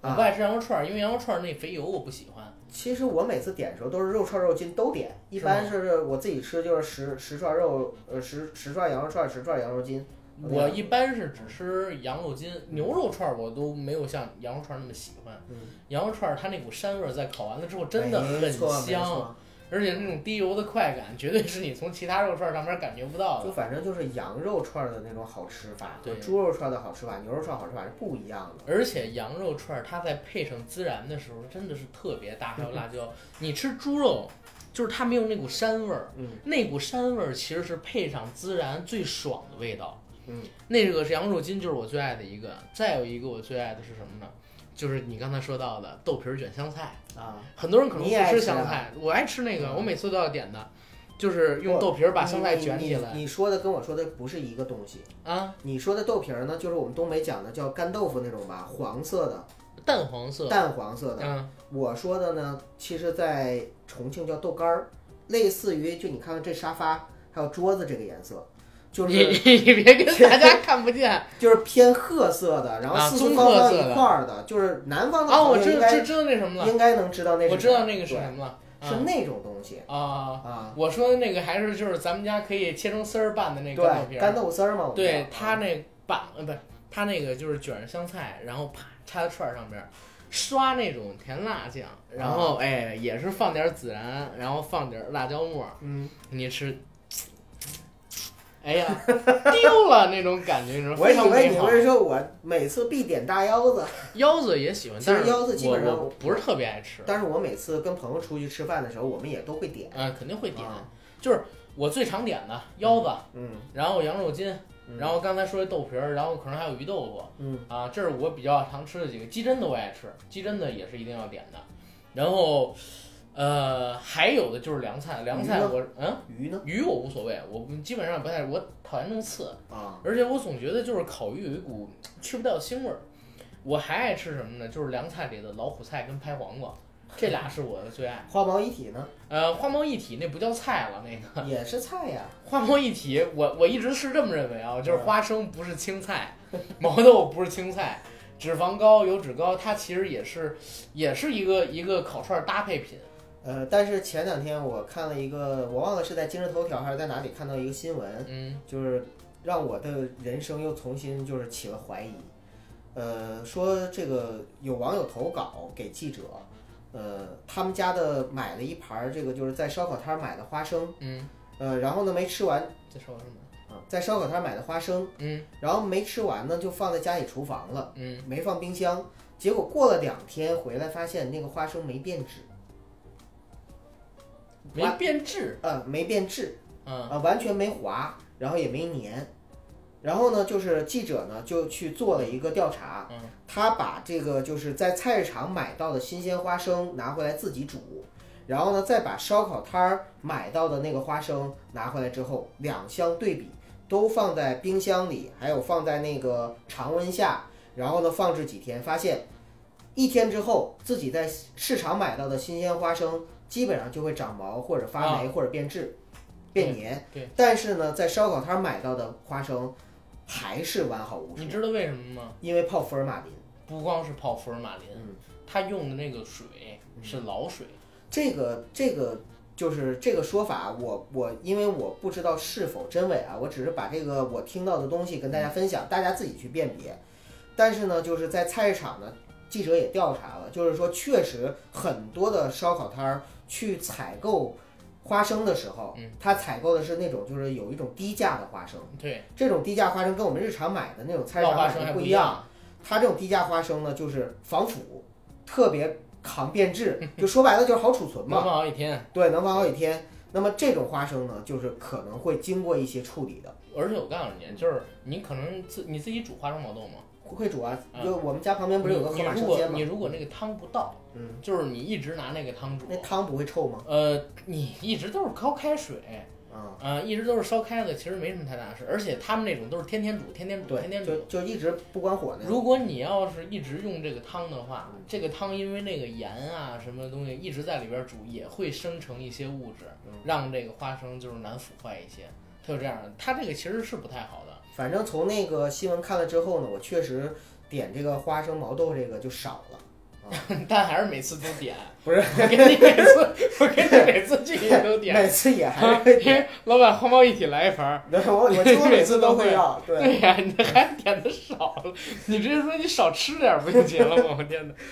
A: 我不
C: 啊。
A: 爱吃羊肉串儿，因为羊肉串儿那肥油我不喜欢。
C: 其实我每次点的时候都是肉串肉筋都点，一
A: 是
C: 般
A: 吗
C: 是我自己吃就是十十串肉，呃十十串羊肉串，十串羊肉筋。
A: 我一般是只吃羊肉筋，牛肉串儿我都没有像羊肉串儿那么喜欢。
C: 嗯哎
A: 羊肉串儿它那股膻味儿在烤完了之后真的
C: 没
A: 很
C: 错没
A: 香，
C: 错
A: 而且那种滴油的快感，绝对是你从其他肉串上面感觉不到
C: 就
A: 的。
C: 反正就是羊肉串儿的那种好吃法，
A: 啊对
C: 和猪肉串儿的好吃法，牛肉串儿好吃法是不一样的。
A: 而且羊肉串儿它在配上孜然的时候，真的是特别搭，还有辣椒。你吃猪肉，就是它没有那股膻味儿，
C: 嗯
A: 那股膻味儿其实是配上孜然最爽的味道。
C: 嗯，
A: 那个是羊肉筋，就是我最爱的一个。再有一个我最爱的是什么呢？就是你刚才说到的豆皮儿卷香菜。
C: 啊，
A: 很多人可能
C: 你
A: 不
C: 也爱
A: 吃
C: 吃
A: 香
C: 啊
A: 菜，我爱吃那个，
C: 嗯
A: 我每次都要点的，就是用
C: 不
A: 豆皮儿把香菜
C: 你
A: 卷起
C: 你
A: 来
C: 你说的跟我说的不是一个东西。
A: 啊，
C: 你说的豆皮儿呢，就是我们东北讲的叫干豆腐那种吧，黄色的，
A: 淡黄色，
C: 淡黄色的。
A: 嗯，
C: 我说的呢，其实在重庆叫豆干儿，类似于就你看看这沙发还有桌子这个颜色， 就
A: 你
C: 是
A: 你别跟大家看不见
C: 就是偏褐色的，然后
A: 啊
C: 四四
A: 棕
C: 方
A: 褐
C: 方
A: 色
C: 一
A: 的
C: 块儿的，就是南方的
A: 啊！我
C: 朋友
A: 知
C: 应
A: 知
C: 该
A: 知道那什么了，
C: 应该能知道那是
A: 我知道
C: 啥
A: 那个是
C: 对
A: 什么了，
C: 是那种东西
A: 啊啊！
C: 啊。
A: 我说的那个还是就是咱们家可以切成丝儿拌的那个干豆皮
C: 对，干
A: 儿，
C: 豆丝儿嘛，我们
A: 对
C: 叫啊
A: 它那拌呃不是它那个就是卷着香菜，然后啪插在串儿上边儿。刷那种甜辣酱，然后
C: 啊
A: 哎也是放点儿孜然，然后放点儿辣椒末儿，
C: 嗯，
A: 你吃，哎呀 丢了那种感觉，你说
C: 我
A: 非常
C: 以为
A: 美
C: 你
A: 好。
C: 会说我每次必点大腰子，
A: 腰子也喜欢，
C: 其实
A: 但是
C: 腰子基本上
A: 我我不是特别爱吃，
C: 但是我每次跟朋友出去吃饭的时候，我们也都会点。
A: 嗯，肯定会点。
C: 啊
A: 就是我最常点的腰子，
C: 嗯
A: 然后羊肉筋，
C: 嗯
A: 然后刚才说的豆皮儿，然后可能还有鱼豆腐
C: 嗯，
A: 啊，这是我比较常吃的几个。鸡胗的我也爱吃，鸡胗的也是一定要点的。然后，呃，还有的就是凉菜，凉
C: 鱼
A: 菜
C: 呢
A: 我嗯，
C: 鱼呢？
A: 鱼我无所谓，我基本上不太，我讨厌弄刺，
C: 啊，
A: 而且我总觉得就是烤鱼有一股去不掉的腥味儿。我还爱吃什么呢？就是凉菜里的老虎菜跟拍黄瓜，这俩是我的最爱。
C: 花毛一体呢，
A: 呃，花猫一体那不叫菜了，那个
C: 也是菜呀。
A: 花猫一体，我我一直是这么认为啊，就是花生不是青菜， 毛豆不是青菜，脂肪高、油脂高，它其实也是也是一个一个烤串搭配品。
C: 呃，但是前两天我看了一个，我忘了是在今日头条还是在哪里看到一个新闻，
A: 嗯
C: 就是让我的人生又重新就是起了怀疑。呃，说这个有网友投稿给记者，呃，他们家的买了一盘儿这个就是在烧烤摊儿买的花生，
A: 嗯，
C: 呃，然后呢没吃完
A: 这说什么？
C: 啊，在烧烤摊儿买的花生，
A: 嗯
C: 然后没吃完呢就放在家里厨房了，
A: 嗯，
C: 没放冰箱。结果过了两天回来，发现那个花生没变质，
A: 没变质。
C: 呃，没变质，
A: 嗯
C: 啊，完全没滑，然后也没粘。然后呢，就是记者呢就去做了一个调查，
A: 嗯
C: 他把这个就是在菜市场买到的新鲜花生拿回来自己煮，然后呢再把烧烤摊儿买到的那个花生拿回来之后，两相对比，都放在冰箱里，还有放在那个常温下，然后呢放置几天，发现一天之后自己在市场买到的新鲜花生基本上就会长毛或者发
A: 啊
C: 霉或者变质、
A: 嗯
C: 变黏。
A: 对，
C: 但是呢，在烧烤摊买到的花生还是完好无
A: 你
C: 损，
A: 知道为什么吗？
C: 因为泡福尔马林。
A: 不光是泡福尔马林，
C: 嗯
A: 它用的那个水是老水。
C: 这个这个就是这个说法，我我因为我不知道是否真伪啊，我只是把这个我听到的东西跟大家分享，大家自己去辨别。但是呢，就是在菜市场呢，记者也调查了，就是说确实很多的烧烤摊儿去采购花生的时候
A: 嗯，
C: 他采购的是那种就是有一种低价的花生，
A: 对，
C: 这种低价花生跟我们日常买的那种菜市
A: 老
C: 场
A: 花
C: 买
A: 生还
C: 的不
A: 不
C: 一样，
A: 样。
C: 它这种低价花生呢，就是防腐，特别抗变质，就说白了就是好储存
A: 能
C: 嘛
A: 放。 好几天，
C: 对，能放好几天。那么这种花生呢，就是可能会经过一些处理的，
A: 而且我告诉你，就是你可能自你自己煮花生毛豆吗？
C: 会煮啊。
A: 嗯
C: 就我们家旁边不是有个河
A: 你
C: 马
A: 如
C: 生
A: 果
C: 煎吗
A: 你？如果那个汤不倒，
C: 嗯，
A: 就是你一直拿那个汤煮，
C: 那汤不会臭吗？
A: 呃，你一直都是烧开水，
C: 啊，
A: 呃，一直都是烧开的，其实没什么太大事。而且他们那种都是天天煮，天天煮，天
C: 对，
A: 天
C: 就
A: 煮。
C: 就一直不关火那种。
A: 如果你要是一直用这个汤的话，
C: 嗯
A: 这个汤因为那个盐啊什么东西一直在里边煮，也会生成一些物质
C: 嗯，
A: 让这个花生就是难腐坏一些。它就这样的，它这个其实是不太好的。
C: 反正从那个新闻看了之后呢，我确实点这个花生毛豆这个就少 了。
A: 但还是每次都点，
C: 不是
A: 我给你每次， 我给你每次去也都点
C: 每，次也还是会点，
A: 老板花猫一起来一盘儿。
C: 对我我几乎每次都会要。对，
A: 对呀、你还点的少了，你直接说你少吃点儿不就行了吗？我天哪，
C: 嗯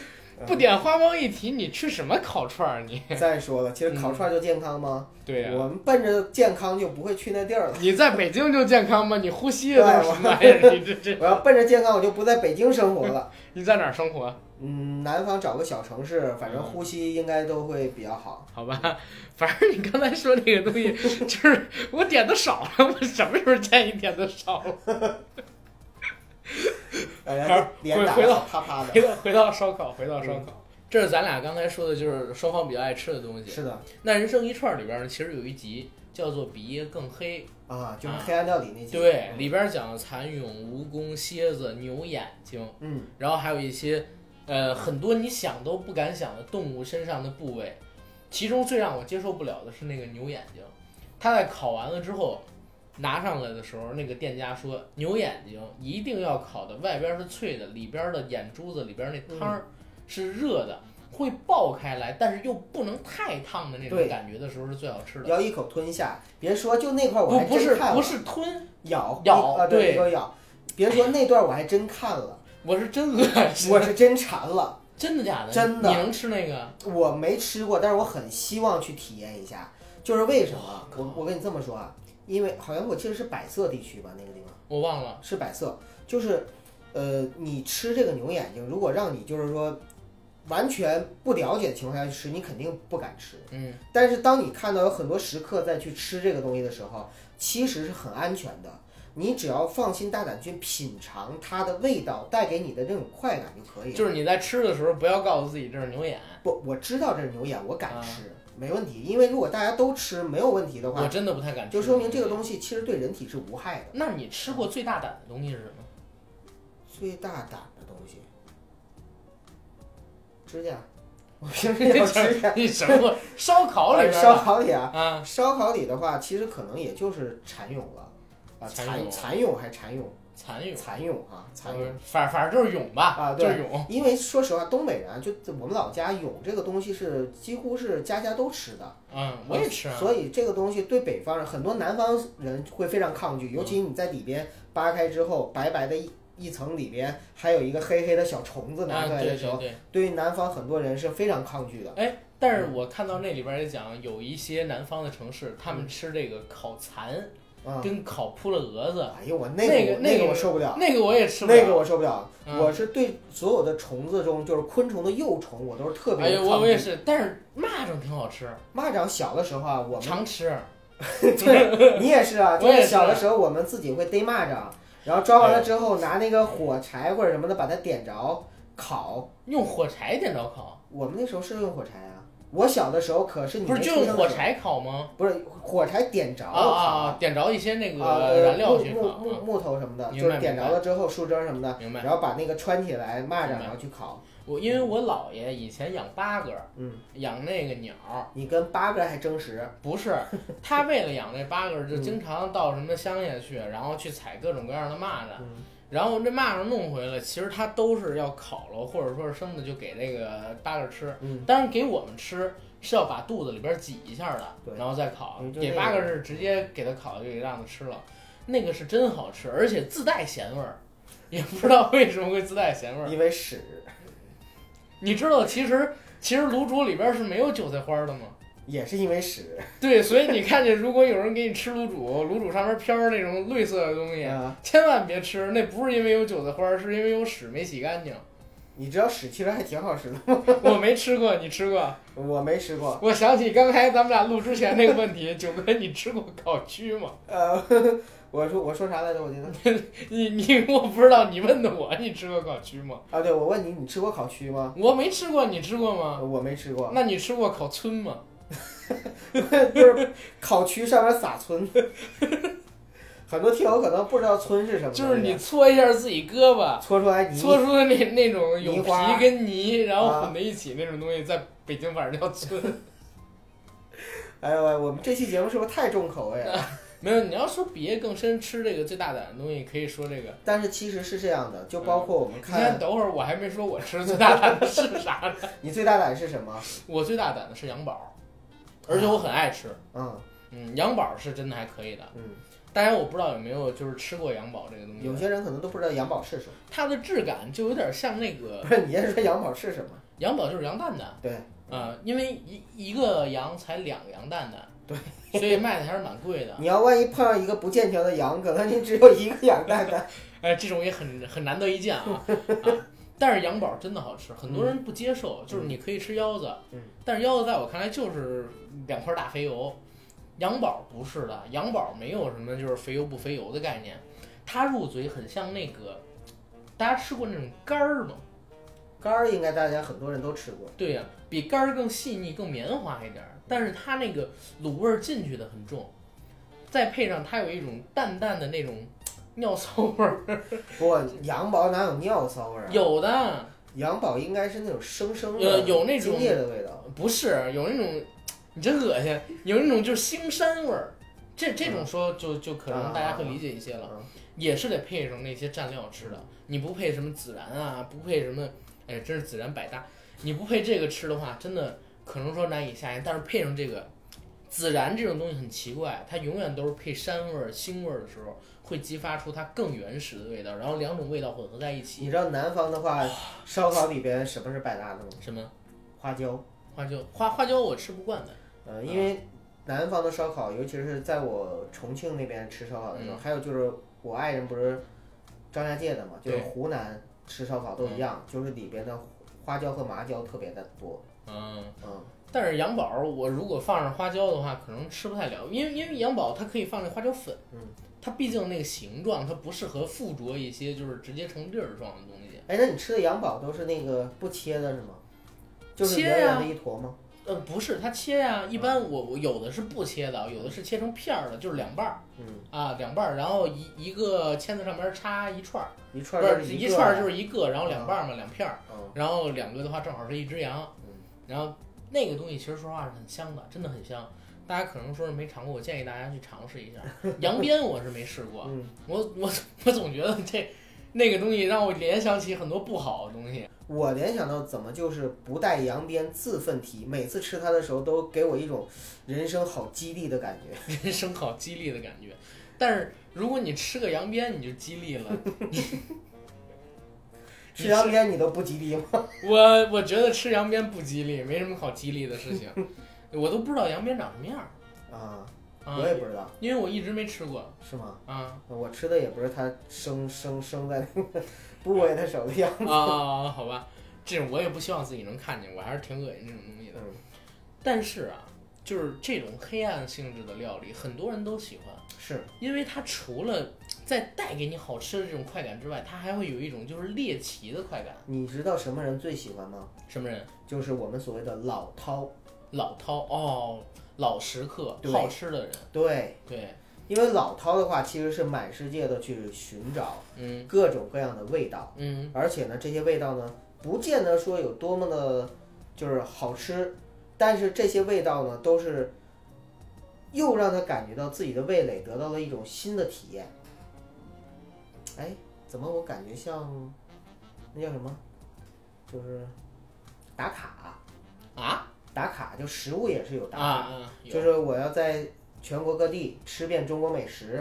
A: 不点花猫一体，你吃什么烤串儿？你
C: 再说了，其实烤串就健康吗？
A: 对呀、
C: 我们奔着健康就不会去那地儿了。
A: 你在北京就健康吗？你呼吸的都是什么玩意儿？你这这，
C: 我要奔着健康，我就不在北京生活了。
A: 你在哪儿生活？
C: 嗯，南方找个小城市，反正呼吸应该都会比较好。
A: 好吧，反正你刚才说那个东西，就是我点的少了，我什么时候建议点的少了？
C: 哎呀，脸 打
A: 回
C: 得
A: 到
C: 啪啪
A: 回
C: 的。
A: 到回到烧烤，回到烧烤。这是咱俩刚才说的，就是双方比较爱吃的东西。
C: 是的，
A: 那《人生一串》里边呢，其实有一集叫做《比夜更黑》，
C: 啊，就是黑暗料理那集。
A: 对，里边讲蚕蛹、蜈蚣、蝎子、牛眼睛，
C: 嗯，
A: 然后还有一些，呃，很多你想都不敢想的动物身上的部位，其中最让我接受不了的是那个牛眼睛，它在烤完了之后拿上来的时候，那个店家说牛眼睛一定要烤的外边是脆的，里边的眼珠子里边那汤
C: 嗯
A: 儿是热的。会爆开来，但是又不能太烫的那种
C: 对
A: 感觉的时候是最好吃的。
C: 要一口吞下，别说就那块我
A: 不
C: 还
A: 不是
C: 真看了，
A: 不是吞，
C: 咬
A: 咬
C: 啊，
A: 对
C: 一口咬。别说那段我还真看了，
A: 我 是真恶心。
C: 我是真馋了。
A: 真的假的？
C: 真的
A: 你能吃那个？
C: 我没吃过，但是我很希望去体验一下。就是为什么？
A: 靠
C: 我我跟你这么说啊，因为好像我记得是百色地区吧，那个地方。
A: 我忘了。
C: 是百色，就是，呃，你吃这个牛眼睛，如果让你就是说完全不了解的情况下去吃，你肯定不敢吃。
A: 嗯，
C: 但是当你看到有很多食客在去吃这个东西的时候，其实是很安全的。你只要放心大胆去品尝它的味道带给你的这种快感就可以了。
A: 就是你在吃的时候，不要告诉自己这是牛眼。
C: 不，我知道这是牛眼，我敢吃，没问题。因为如果大家都吃没有问题的
A: 啊我
C: 话，
A: 真的不太敢吃，
C: 就说明这个东西其实对人体是无害的。
A: 那你吃过最大胆的东西是 什么？，
C: 最大胆的东西，指甲。我平时咬指 甲
A: 你什么烧烤里边
C: 烧
A: 的
C: 烤底啊，
A: 啊？
C: 烧烤底的话，其实可能也就是蚕蛹了，啊，
A: 蚕
C: 蚕
A: 蛹
C: 蚕蛹还蚕蛹，
A: 蚕蛹，
C: 蚕蛹啊，蚕蛹。
A: 反反正就是蛹吧，
C: 啊对
A: 就是蛹。
C: 因为说实话，东北人就我们老家蛹这个东西是几乎是家家都吃的，
A: 嗯，我也吃啊。
C: 所以这个东西对北方人，很多南方人会非常抗拒，尤其
A: 嗯
C: 你在里边扒开之后，白白的一一层里边还有一个黑黑的小虫子拿
A: 啊，
C: 出来
A: 对
C: 的时
A: 对
C: 候，
A: 对。
C: 对于南方很多人是非常抗拒的。
A: 哎，但是我看到那里边也讲，有一些南方的城市，他们吃这个烤蚕
C: 嗯，
A: 跟烤扑了蛾子，
C: 哎呦我
A: 那
C: 那
A: 个
C: 个我
A: 那
C: 那个我受不了，
A: 那个我也吃不了。
C: 那个我受不了，
A: 嗯
C: 我是对所有的虫子中，就是昆虫的幼虫，我都是特别
A: 哎呦，我
C: 抗
A: 我也
C: 拒。
A: 是，但是蚂蚱挺好吃，
C: 蚂蚱小的时候啊，我们
A: 常吃。
C: 对你也是啊，
A: 我也哎
C: 就是是小的时候我们自己会逮蚂蚱，然后抓完了之后拿那个火柴或者什么的把它点着烤。
A: 用火柴点着烤，
C: 我们那时候是用火柴啊，我小的时候可是你
A: 不是
C: 没
A: 就
C: 出
A: 用
C: 生
A: 火
C: 的时候，
A: 柴烤吗？
C: 不是火柴点着
A: 啊
C: 哦烤
A: 啊啊！点着一些那
C: 啊
A: 个
C: 呃
A: 燃料
C: 木
A: 去烤
C: 木木
A: 啊，
C: 木头什么的，
A: 明
C: 就
A: 白
C: 是点
A: 明
C: 着
A: 白
C: 了之后树枝儿什么的，
A: 明白。
C: 然后把那个穿起来蚂蚱，
A: 明白
C: 然后去烤。
A: 我因为我姥爷以前养八哥，
C: 嗯，
A: 养那个鸟儿，
C: 你跟八哥还争食，
A: 不是他为了养这八哥儿，就
C: 嗯
A: 经常到什么乡下去，然后去采各种各样的蚂蚱，
C: 嗯
A: 然后这蚂蚱弄回来，其实他都是要烤了，或者说是生的，就给这个八哥儿吃。
C: 嗯。
A: 当然给我们吃是要把肚子里边儿挤一下的，
C: 对
A: 然后再烤
C: 嗯。就
A: 给
C: 那
A: 八
C: 个
A: 哥儿是直接给它烤就给让它吃了，那个是真好吃，而且自带咸味儿，也不知道为什么会自带咸味儿。
C: 因为屎，
A: 你知道其实其实卤煮里边儿是没有韭菜花儿的吗？
C: 也是因为屎。
A: 对，所以你看见，如果有人给你吃卤煮，卤煮上面飘着那种绿色的东西，
C: 啊，
A: 千万别吃，那不是因为有韭菜花，是因为有屎没洗 干净。
C: 你知道屎其实还挺好吃的，
A: 我没吃过，你吃过？
C: 我没吃过。
A: 我想起刚才咱们俩录之前那个问题，九哥，你吃过烤蛆吗？
C: 呃， 我说我说啥来着？我记得
A: 你你我不知道，你问的我，你吃过烤蛆吗？
C: 啊，对，我问你，你吃过烤蛆吗？
A: 我没吃过，你吃过吗？
C: 我没吃过，
A: 那你吃过烤蛏吗？
C: 就是烤蛆上面撒皴。 很多听友可能不知道皴是什么东西，啊
A: 就是你搓一下自己胳膊，
C: 搓出来泥，
A: 搓出的那那种有
C: 泥
A: 皮
C: 花
A: 跟泥，然后
C: 啊
A: 混在一起那种东西，在北京反正叫蛏。
C: 哎呦喂，我们这期节目是不是太重口味了？
A: 没有，你要说别更深吃这个最大胆的东西，可以说这个。
C: 但是其实是这样的，就
A: 嗯
C: 包括我们
A: 你看，
C: 看
A: 等会儿我还没说我吃最大胆的是啥呢。
C: 你最大胆是什么？
A: 我最大胆的是羊宝，而且我很爱吃。
C: 嗯
A: 嗯，羊宝是真的还可以的。
C: 嗯，
A: 当然，我不知道有没有就是吃过羊宝这个东
C: 有
A: 西，
C: 些人可能都不知道羊宝是 什么，
A: 它的质感就有点像那个
C: 不是你先说羊宝是什么？
A: 羊宝就是羊蛋蛋。
C: 对，
A: 呃，因为一一个羊才两个羊蛋蛋，对，所以卖的还是蛮贵 的。
C: 你要万一碰上一个不健全的羊，可能你只有一个羊蛋 蛋。
A: 哎，这种也很很难得一见 啊。啊但是羊宝真的好吃，很多人不接受，就是你可以吃腰子，
C: 嗯
A: 但是腰子在我看来就是两块大肥油，羊宝不是的，羊宝没有什么就是肥油不肥油的概念，它入嘴很像那个，大家吃过那种肝儿吗？
C: 肝儿应该大家很多人都吃过，
A: 对呀、比肝儿更细腻、更棉花一点儿，但是它那个卤味儿进去的很重，再配上它有一种淡淡的那种尿骚味儿，
C: 不过羊宝哪有尿骚味儿、啊？
A: 有的。
C: 羊宝应该是那种生生
A: 呃
C: 的，
A: 有那种
C: 精液的味道。
A: 不是有那种，你真恶心，有那种就是腥膻味儿。这这种说就就可能大家会理解一些了，
C: 嗯
A: 也是得配上那些蘸料吃的。你不配什么孜然啊，不配什么，哎，真是孜然百搭。你不配这个吃的话，真的可能说难以下咽。但是配上这个孜然这种东西很奇怪，它永远都是配膻味儿、腥味儿的时候，会激发出它更原始的味道，然后两种味道混合在一
C: 你
A: 起。
C: 知道南方的话，烧烤里边什么是百搭的吗？
A: 什么
C: 花椒。
A: 花椒？花花椒我吃不惯的。
C: 呃，
A: 嗯
C: 因为南方的烧烤，尤其是在我重庆那边吃烧烤的
A: 嗯
C: 时候，还有就是我爱人不是张家界的嘛，就是
A: 对嗯
C: 湖南吃烧烤都一样，就是里边的花椒和麻椒特别的多。
A: 嗯。
C: 嗯，
A: 但是羊宝，我如果放上花椒的话，可能吃不太了，因为因为羊宝它可以放那花椒粉，
C: 嗯，
A: 它毕竟那个形状，它不适合附着一些就是直接成粒儿状的东西。
C: 哎，那你吃的羊宝都是那个不切的是吗？就是
A: 切
C: 圆圆
A: 呀
C: 的一坨吗？
A: 呃，不是，它切呀、一般我我有的是不切的，有的是切成片儿的，就是两半儿
C: 嗯，
A: 啊，两半儿，然后一一个签子上面插一串儿，
C: 一串
A: 不
C: 儿
A: 是
C: 是
A: 一
C: 个啊
A: 串儿就是一个，然后两半儿嘛，两片儿，
C: 嗯
A: 然后两个的话正好是一只羊
C: 嗯，
A: 然后那个东西其实说实话是很香的，真的很香。大家可能说是没尝过，我建议大家去尝试一 下。羊鞭我是没试过，
C: 嗯，
A: 我我我总觉得这那个东西让我联想起很多不好的东西。
C: 我联想到怎么就是不带羊鞭自奋蹄，每次吃它的时候都给我一种人生好激励的感觉。
A: 人生好激励的感觉。但是如果你吃个羊鞭，你就激励了。你
C: 吃羊鞭你都不激励吗？
A: 我我觉得吃羊鞭不激励，没什么好激励的 事情。我都不知道羊鞭长什么样儿
C: 啊，
A: 啊
C: 我，也不知道，
A: 因为我一直没吃过
C: 是吗？
A: 啊
C: 我吃的也不是它生生生在那个 不为它手 的 样。
A: 啊，好吧，这种我也不希望自己能看见，我还是挺恶心这种东西的。
C: 嗯，
A: 但是啊，就是这种黑暗性质的料理，很多人都喜欢。
C: 是，
A: 因为它除了在带给你好吃的这种快感之外，它还会有一种就是猎奇的快感。
C: 你知道什么人最喜欢吗？
A: 什么人？
C: 就是我们所谓的老饕。
A: 老饕哦，老食客，
C: 对
A: 好吃的人。
C: 对，
A: 对，
C: 因为老饕的话，其实是满世界的去寻找
A: 嗯
C: 各种各样的味道，
A: 嗯
C: 而且呢，这些味道呢，不见得说有多么的，就是好吃，但是这些味道呢，都是又让他感觉到自己的味蕾得到了一种新的体验。哎，怎么我感觉像那叫什么，就是打卡，
A: 啊
C: 打卡就食物也是有打
A: 啊
C: 卡的
A: 啊，有
C: 就是我要在全国各地吃遍中国美食，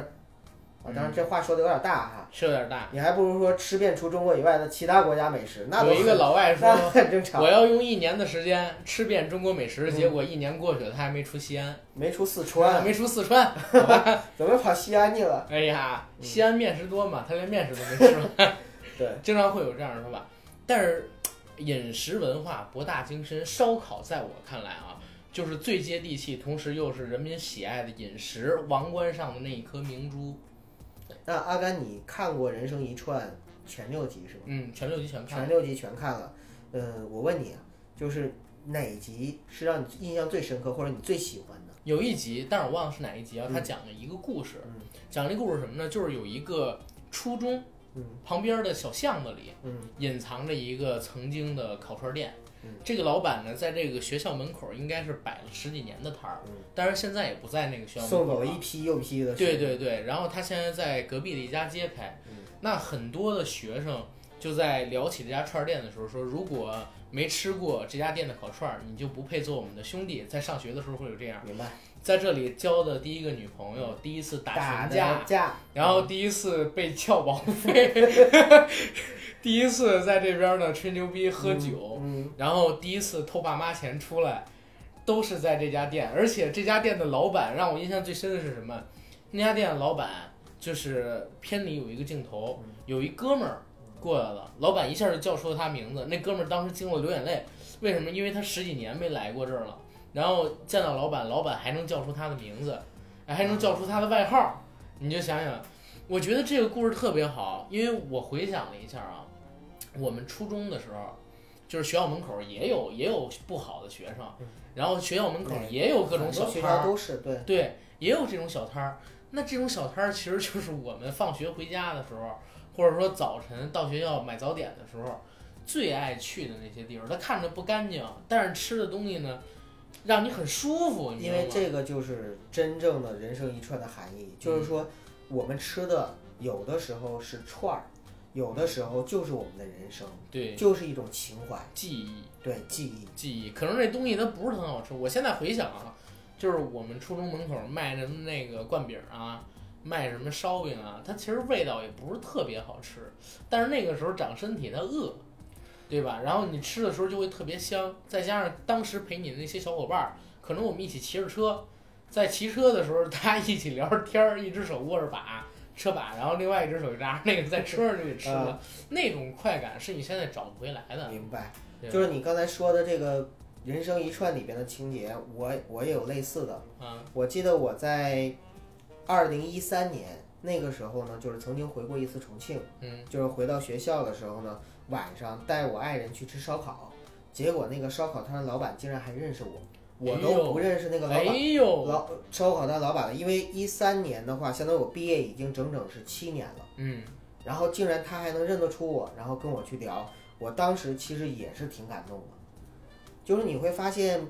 C: 啊，当然这话说的有点大哈，
A: 是有点大。
C: 你还不如说吃遍除中国以外的其他国家美食，那都
A: 有一个
C: 很
A: 老外
C: 那
A: 说，
C: 很正常
A: 我。要用一年的时间吃遍中国美食，
C: 嗯
A: 结果一年过去了，他还没出西安，
C: 没出四川，
A: 没出四川。好吧
C: 怎么跑西安去了？
A: 哎呀，西安面食多嘛，他连面食都没吃完，
C: 对，
A: 经常会有这样的说法。但是饮食文化博大精深，烧烤在我看来啊。就是最接地气，同时又是人民喜爱的饮食王冠上的那一颗明珠。
C: 那阿甘，你看过《人生一串》前六集是吗？
A: 嗯，全六集全看了
C: 全六集全看了。呃，我问你啊，就是哪集是让你印象最深刻，或者你最喜欢的？
A: 有一集，但是我忘了是哪一集啊。
C: 嗯
A: 他讲了一个故事，
C: 嗯
A: 讲了一个故事什么呢？就是有一个初中
C: 嗯
A: 旁边的小巷子里
C: 嗯
A: 隐藏着一个曾经的烤串店。
C: 嗯
A: 这个老板呢，在这个学校门口应该是摆了十几年的摊儿，
C: 嗯，
A: 但是现在也不在那个学校门口
C: 送走了一批又一批的。
A: 啊对对，对，然后他现在在隔壁的一家街开，
C: 嗯
A: 那很多的学生就在聊起这家串儿店的时候说，如果没吃过这家店的烤串儿，你就不配做我们的兄弟。在上学的时候会有这样。
C: 明白。
A: 在这里交的第一个女朋友，第一次打
C: 打
A: 群架
C: 的，架，
A: 然后第一次被撬保 费， 第一次在这边呢吹牛逼喝酒，
C: 嗯，
A: 然后第一次偷爸妈钱出来，都是在这家店。而且这家店的老板让我印象最深的是什么？那家店的老板就是片里有一个镜头，有一哥们儿过来了，老板一下就叫出了他名字。那哥们儿当时惊了，流眼泪。为什么？因为他十几年没来过这儿了，然后见到老板，老板还能叫出他的名字，哎还能叫出他的外号，你就想想。我觉得这个故事特别好，因为我回想了一下啊，我们初中的时候，就是学校门口也有也有不好的学生，然后学校门口
C: 嗯对
A: 也有各种
C: 很多
A: 小
C: 学
A: 摊
C: 校
A: 儿，
C: 都是对。
A: 对，也有这种小摊儿。那这种小摊儿其实就是我们放学回家的时候，或者说早晨到学校买早点的时候，最爱去的那些地方。它看着不干净，但是吃的东西呢，让你很舒服，你知
C: 因
A: 道吗
C: 为？这个就是真正的人生一串的含义，
A: 嗯
C: 就是说我们吃的有的时候是串儿，有的时候就是我们的人生，
A: 对
C: 就是一种情怀，
A: 记忆，
C: 对记忆。
A: 记忆，可能这东西它不是很好吃。我现在回想啊，就是我们初中门口卖什么那个灌饼啊，卖什么烧饼啊，它其实味道也不是特别好吃，但是那个时候长身体，它饿，对吧？然后你吃的时候就会特别香，再加上当时陪你的那些小伙伴儿，可能我们一起骑着车，在骑车的时候大家一起聊着天儿，一只手握着把。车把，然后另外一只手就拿着那个在车上就给吃了，那种快感是你现在找不回来的。
C: 明白，
A: 嗯对
C: 就是你刚才说的这个人生一串里边的情节，我我也有类似的。
A: 啊，
C: 我记得我在二零一三年那个时候呢，就是曾经回过一次重庆，
A: 嗯，
C: 就是回到学校的时候呢，晚上带我爱人去吃烧烤，结果那个烧烤摊的老板竟然还认识我，我
A: 哎
C: 都
A: 呦
C: 不认识那个老
A: 哎
C: 板。
A: 呦，
C: 老烧烤摊老板了，因为一三年的话，相当于我毕业已经整整是七年了，
A: 嗯，
C: 然后竟然他还能认得出我，然后跟我去聊，我当时其实也是挺感动的，就是你会发现，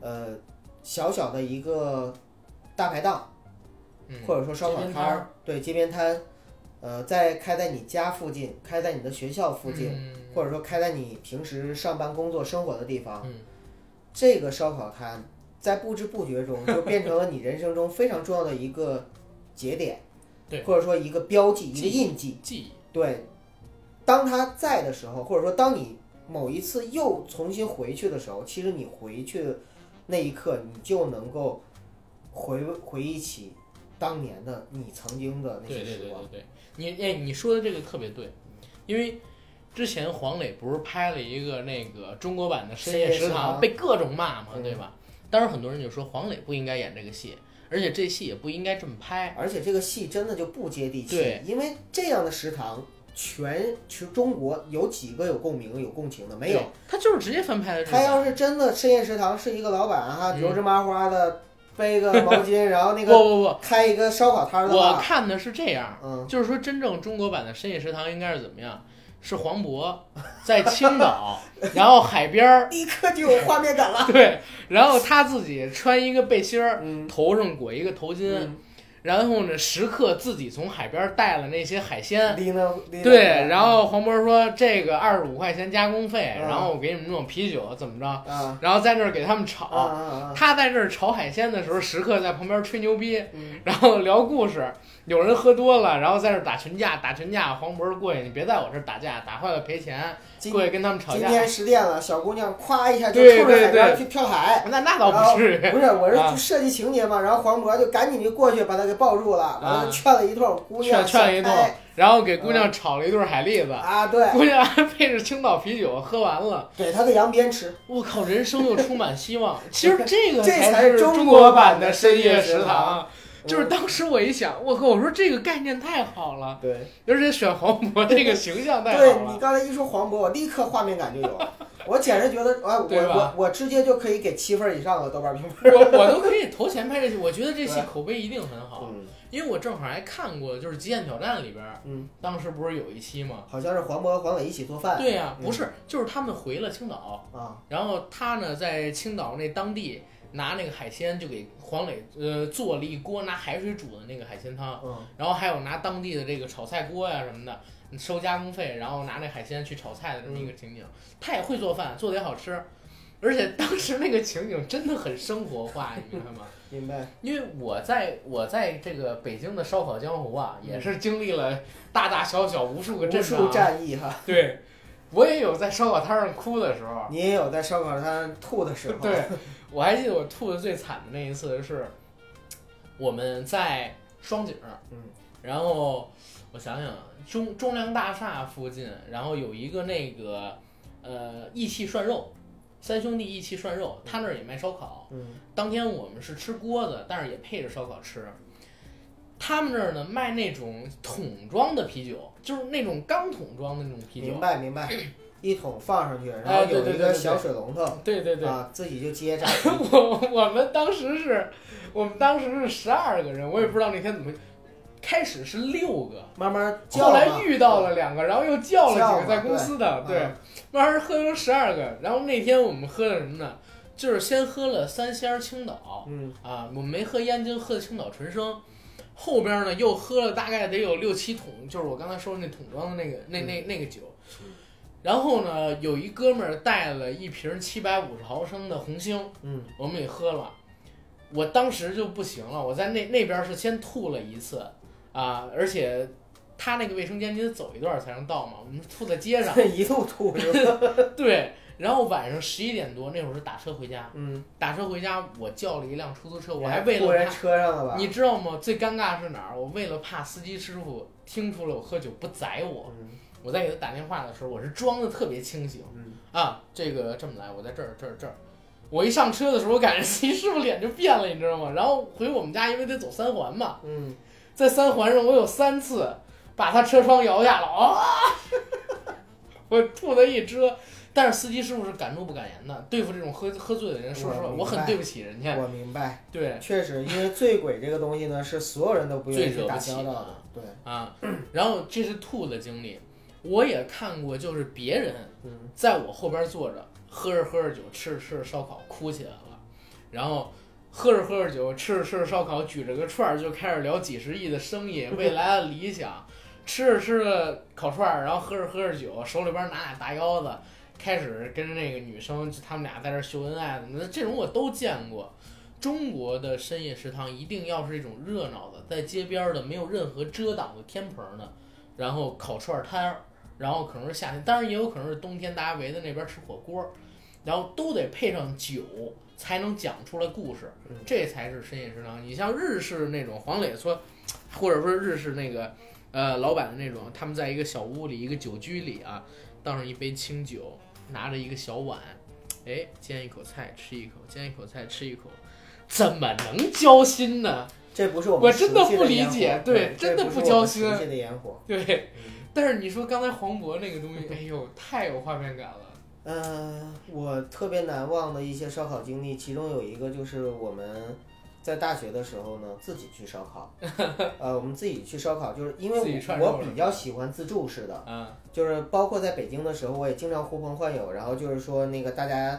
C: 呃，小小的一个大排档，
A: 嗯
C: 或者说烧烤
A: 街边
C: 摊
A: 摊
C: 儿，对街边摊，呃，在开在你家附近，开在你的学校附近，
A: 嗯
C: 或者说开在你平时上班、工作、生活的地方，
A: 嗯
C: 这个烧烤摊在不知不觉中就变成了你人生中非常重要的一个节点，
A: 对
C: 或者说一个标记、一
A: 记
C: 个
A: 忆
C: 印记。
A: 记忆，
C: 对，当他在的时候，或者说当你某一次又重新回去的时候，其实你回去的那一刻，你就能够回回忆起当年的你曾经的那
A: 对
C: 些
A: 对
C: 时
A: 对
C: 光
A: 对。对，你哎，你说的这个特别对，因为之前黄磊不是拍了一个那个中国版的《深夜
C: 深夜食
A: 食堂》，
C: 堂
A: 被各种骂嘛，
C: 嗯
A: 对吧？当时很多人就说黄磊不应该演这个戏，而且这戏也不应该这么拍。
C: 而且这个戏真的就不接地气
A: 对，
C: 因为这样的食堂，全全中国有几个有共鸣、有共情的？没有
A: 对。，他就是直接翻拍的。
C: 他要是真的深夜食堂是一个老板哈，
A: 嗯
C: 油芝麻花的，背个毛巾，然后那
A: 不
C: 个
A: 不不，
C: 开一个烧烤摊儿的
A: 我
C: 话，
A: 看的是这样，
C: 嗯，
A: 就是说真正中国版的《深夜食堂》应该是怎么样？是黄渤在青岛， 然后海边儿，
C: 立刻就有画面感 了。
A: 对，然后他自己穿一个背心儿，
C: 嗯，
A: 头上裹一个头巾，然后呢，食客自己从海边带了那些海鲜。
C: 拎着拎着
A: 对，然后黄渤说这个二十五块钱加工费，
C: 嗯
A: 然后我给你们弄啤酒，怎么着？
C: 啊
A: 然后在那儿给他们
C: 啊
A: 炒。
C: 啊啊，
A: 他在这儿炒海鲜的时候，食客在旁边吹牛逼，
C: 嗯
A: 然后聊故事。有人喝多了，然后在这儿打群架，打群架。黄渤过去，你别在我这儿打架，打坏了赔钱。
C: 今
A: 过去跟他们吵
C: 今
A: 架，
C: 天十点了，小姑娘咵一下就
A: 对
C: 冲着海
A: 对
C: 边
A: 对
C: 去跳海。
A: 那那倒不至于。
C: 不是，我是
A: 啊
C: 就设计情节嘛，然后黄渤就赶紧就过去把她给抱住了，完了
A: 啊
C: 劝了一通，姑娘
A: 劝劝了一
C: 小开
A: 顿，然后给姑娘炒了一对海蛎子，
C: 啊，对，
A: 姑娘还配着青岛啤酒喝完了。
C: 给她个羊鞭吃，
A: 我靠，人生又充满希望。其实这个
C: 这才
A: 是
C: 是中
A: 中
C: 国版
A: 版
C: 的深
A: 深
C: 夜
A: 夜
C: 食
A: 食
C: 堂嗯
A: 堂。就是当时我一想，我靠，我说这个概念太好了，
C: 对，
A: 而且选黄渤这个形象太
C: 对
A: 好
C: 你
A: 了。
C: 刚才一说黄渤，我立刻画面感就有了，我简直觉得，哎，我
A: 对
C: 我
A: 吧
C: 我直接就可以给七分以上的豆瓣评分。
A: 我我都可以投钱拍这戏，我觉得这戏
C: 对
A: 口碑一定很好，
C: 嗯
A: 因为我正好还看过，就是《极限挑战》里边，
C: 嗯，
A: 当时不是有一期吗？
C: 好像是黄渤和黄磊一起做饭。
A: 对呀、
C: 嗯
A: 不是，就是他们回了青岛，
C: 啊，
A: 然后他呢在青岛那当地拿那个海鲜，就给黄磊呃做了一锅拿海水煮的那个海鲜汤，
C: 嗯
A: 然后还有拿当地的这个炒菜锅呀、什么的收加工费，然后拿那海鲜去炒菜的这么一个情景。他也会做饭，做的也好吃，而且当时那个情景真的很生活化，你明白吗？
C: 明白。
A: 因为我在我在这个北京的烧烤江湖啊，
C: 嗯
A: 也是经历了大大小小无数个阵
C: 无
A: 仗、
C: 数战役哈，
A: 对，我也有在烧烤摊上哭的时候，
C: 你也有在烧烤摊吐的时候。
A: 对，我还记得我吐的最惨的那一次是，我们在双井，
C: 嗯，
A: 然后我想想，中中粮大厦附近，然后有一个那个呃义气涮肉，三兄弟义气涮肉，他那儿也卖烧烤。
C: 嗯
A: 当天我们是吃锅子，但是也配着烧烤吃。他们那儿呢卖那种桶装的啤酒，就是那种钢桶装的那种啤酒
C: 明。白 明白，一桶放上去，然
A: 哎
C: 后
A: 对
C: 有
A: 对
C: 一
A: 对
C: 个
A: 对
C: 小
A: 对
C: 水龙头
A: 对对对，
C: 啊，自己就接 着。
A: 我我们当时是，我们当时是十二个人，我也不知道那天怎么，开始是六个，
C: 慢慢叫
A: 后来
C: 嘛
A: 遇到了两个，然后又叫了
C: 叫
A: 几个
C: 嘛
A: 在公司的，
C: 对
A: 对
C: 嗯，
A: 慢慢喝成十二个。然后那天我们喝的什么呢？就是先喝了三鲜儿青岛
C: 嗯
A: 啊，我们没喝燕京，喝的青岛纯生。后边呢又喝了大概得有六七桶，就是我刚才说的那桶装的那个那
C: 嗯
A: 那那个酒。然后呢，有一哥们儿带了一瓶七百五十毫升的红星。
C: 嗯
A: 我们也喝了，我当时就不行了，我在那那边是先吐了一次啊，而且他那个卫生间你得走一段才能到嘛，我们吐在街 上，
C: 嗯，一路吐是 吧？
A: 对，然后晚上十一点多那会儿是打车回家，
C: 嗯，
A: 打车回家我叫了一辆出租车，我还为
C: 吐人
A: 了
C: 车上了
A: 怕，
C: 吧？
A: 你知道吗？最尴尬是哪儿？我为了怕司机师傅听出了我喝酒不宰我，
C: 嗯
A: 我在给他打电话的时候，我是装的特别清醒。
C: 嗯，
A: 啊，这个这么来，我在这儿这儿这儿。我一上车的时候，我感觉司机师傅脸就变了，你知道吗？然后回我们家，因为得走三环嘛，
C: 嗯
A: 在三环上，我有三次把他车窗摇下了，啊！ 我吐他一遮。但是司机师傅是敢怒不敢言的，对付这种喝喝醉的人，说实话，
C: 我明
A: 我很
C: 白
A: 对不起人家。
C: 我明白，
A: 对
C: 确实，因为醉鬼这个东西呢，是所有人都不愿意去打交道的。对，
A: 啊，然后这是吐的经历，我也看过，就是别人
C: 嗯，
A: 在我后边坐着，喝着喝着酒，吃着吃着烧烤，哭起来了，然后喝着喝着酒，吃着吃着烧烤，举着个串儿就开始聊几十亿的生意、未来的理想，吃着吃着烤串儿，然后喝着喝着酒，手里边拿俩大腰子，开始跟那个女生，就他们俩在这儿秀恩爱什么的，这种我都见过。中国的深夜食堂一定要是一种热闹的，在街边儿的没有任何遮挡的天棚的，然后烤串儿摊儿，然后可能是夏天，当然也有可能是冬天，大家围在那边吃火锅，然后都得配上酒才能讲出来故事
C: 嗯，
A: 这才是深夜食堂。你像日式那种黄磊说，或者说日式那个呃老板的那种，他们在一个小屋里一个酒居里啊，倒上一杯清酒，拿着一个小碗，哎，煎一口菜吃一口，煎一口菜吃一口。怎么能交心呢？
C: 这不是我们
A: 我真的
C: 熟悉
A: 不理
C: 烟火
A: 解对
C: 对，
A: 真的
C: 这
A: 不
C: 不
A: 交心
C: 是我们熟悉的烟火，
A: 对，但是你说刚才黄渤那个东西，哎呦，太有画面感了。
C: 呃，我特别难忘的一些烧烤经历，其中有一个就是我们在大学的时候呢，自己去 烧烤。呃，我们自己去烧烤，就是因为
A: 自己
C: 我
A: 涮肉
C: 我
A: 是吧
C: 比较喜欢自助式的，
A: 嗯
C: 就是包括在北京的时候，我也经常呼朋唤友，然后就是说那个大家，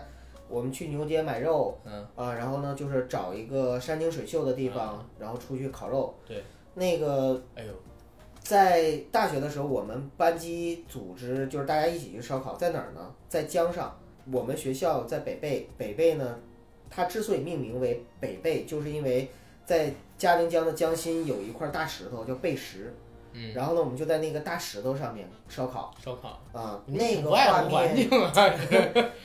C: 我们去牛街买肉，
A: 嗯，
C: 啊、然后呢就是找一个山清水秀的地方，
A: 嗯
C: 然后出去烤肉。
A: 对，
C: 那个
A: 哎呦，
C: 在大学的时候，我们班级组织就是大家一起去烧烤，在哪儿呢？在江上。我们学校在北碚，北碚呢，它之所以命名为北碚，就是因为在嘉陵江的江心有一块大石头叫碚石，
A: 嗯，
C: 然后呢，我们就在那个大石头上面烧烤。
A: 烧烤，
C: 啊，
A: 你
C: 那
A: 挺
C: 个
A: 不爱
C: 画
A: 护环
C: 面，
A: 境啊，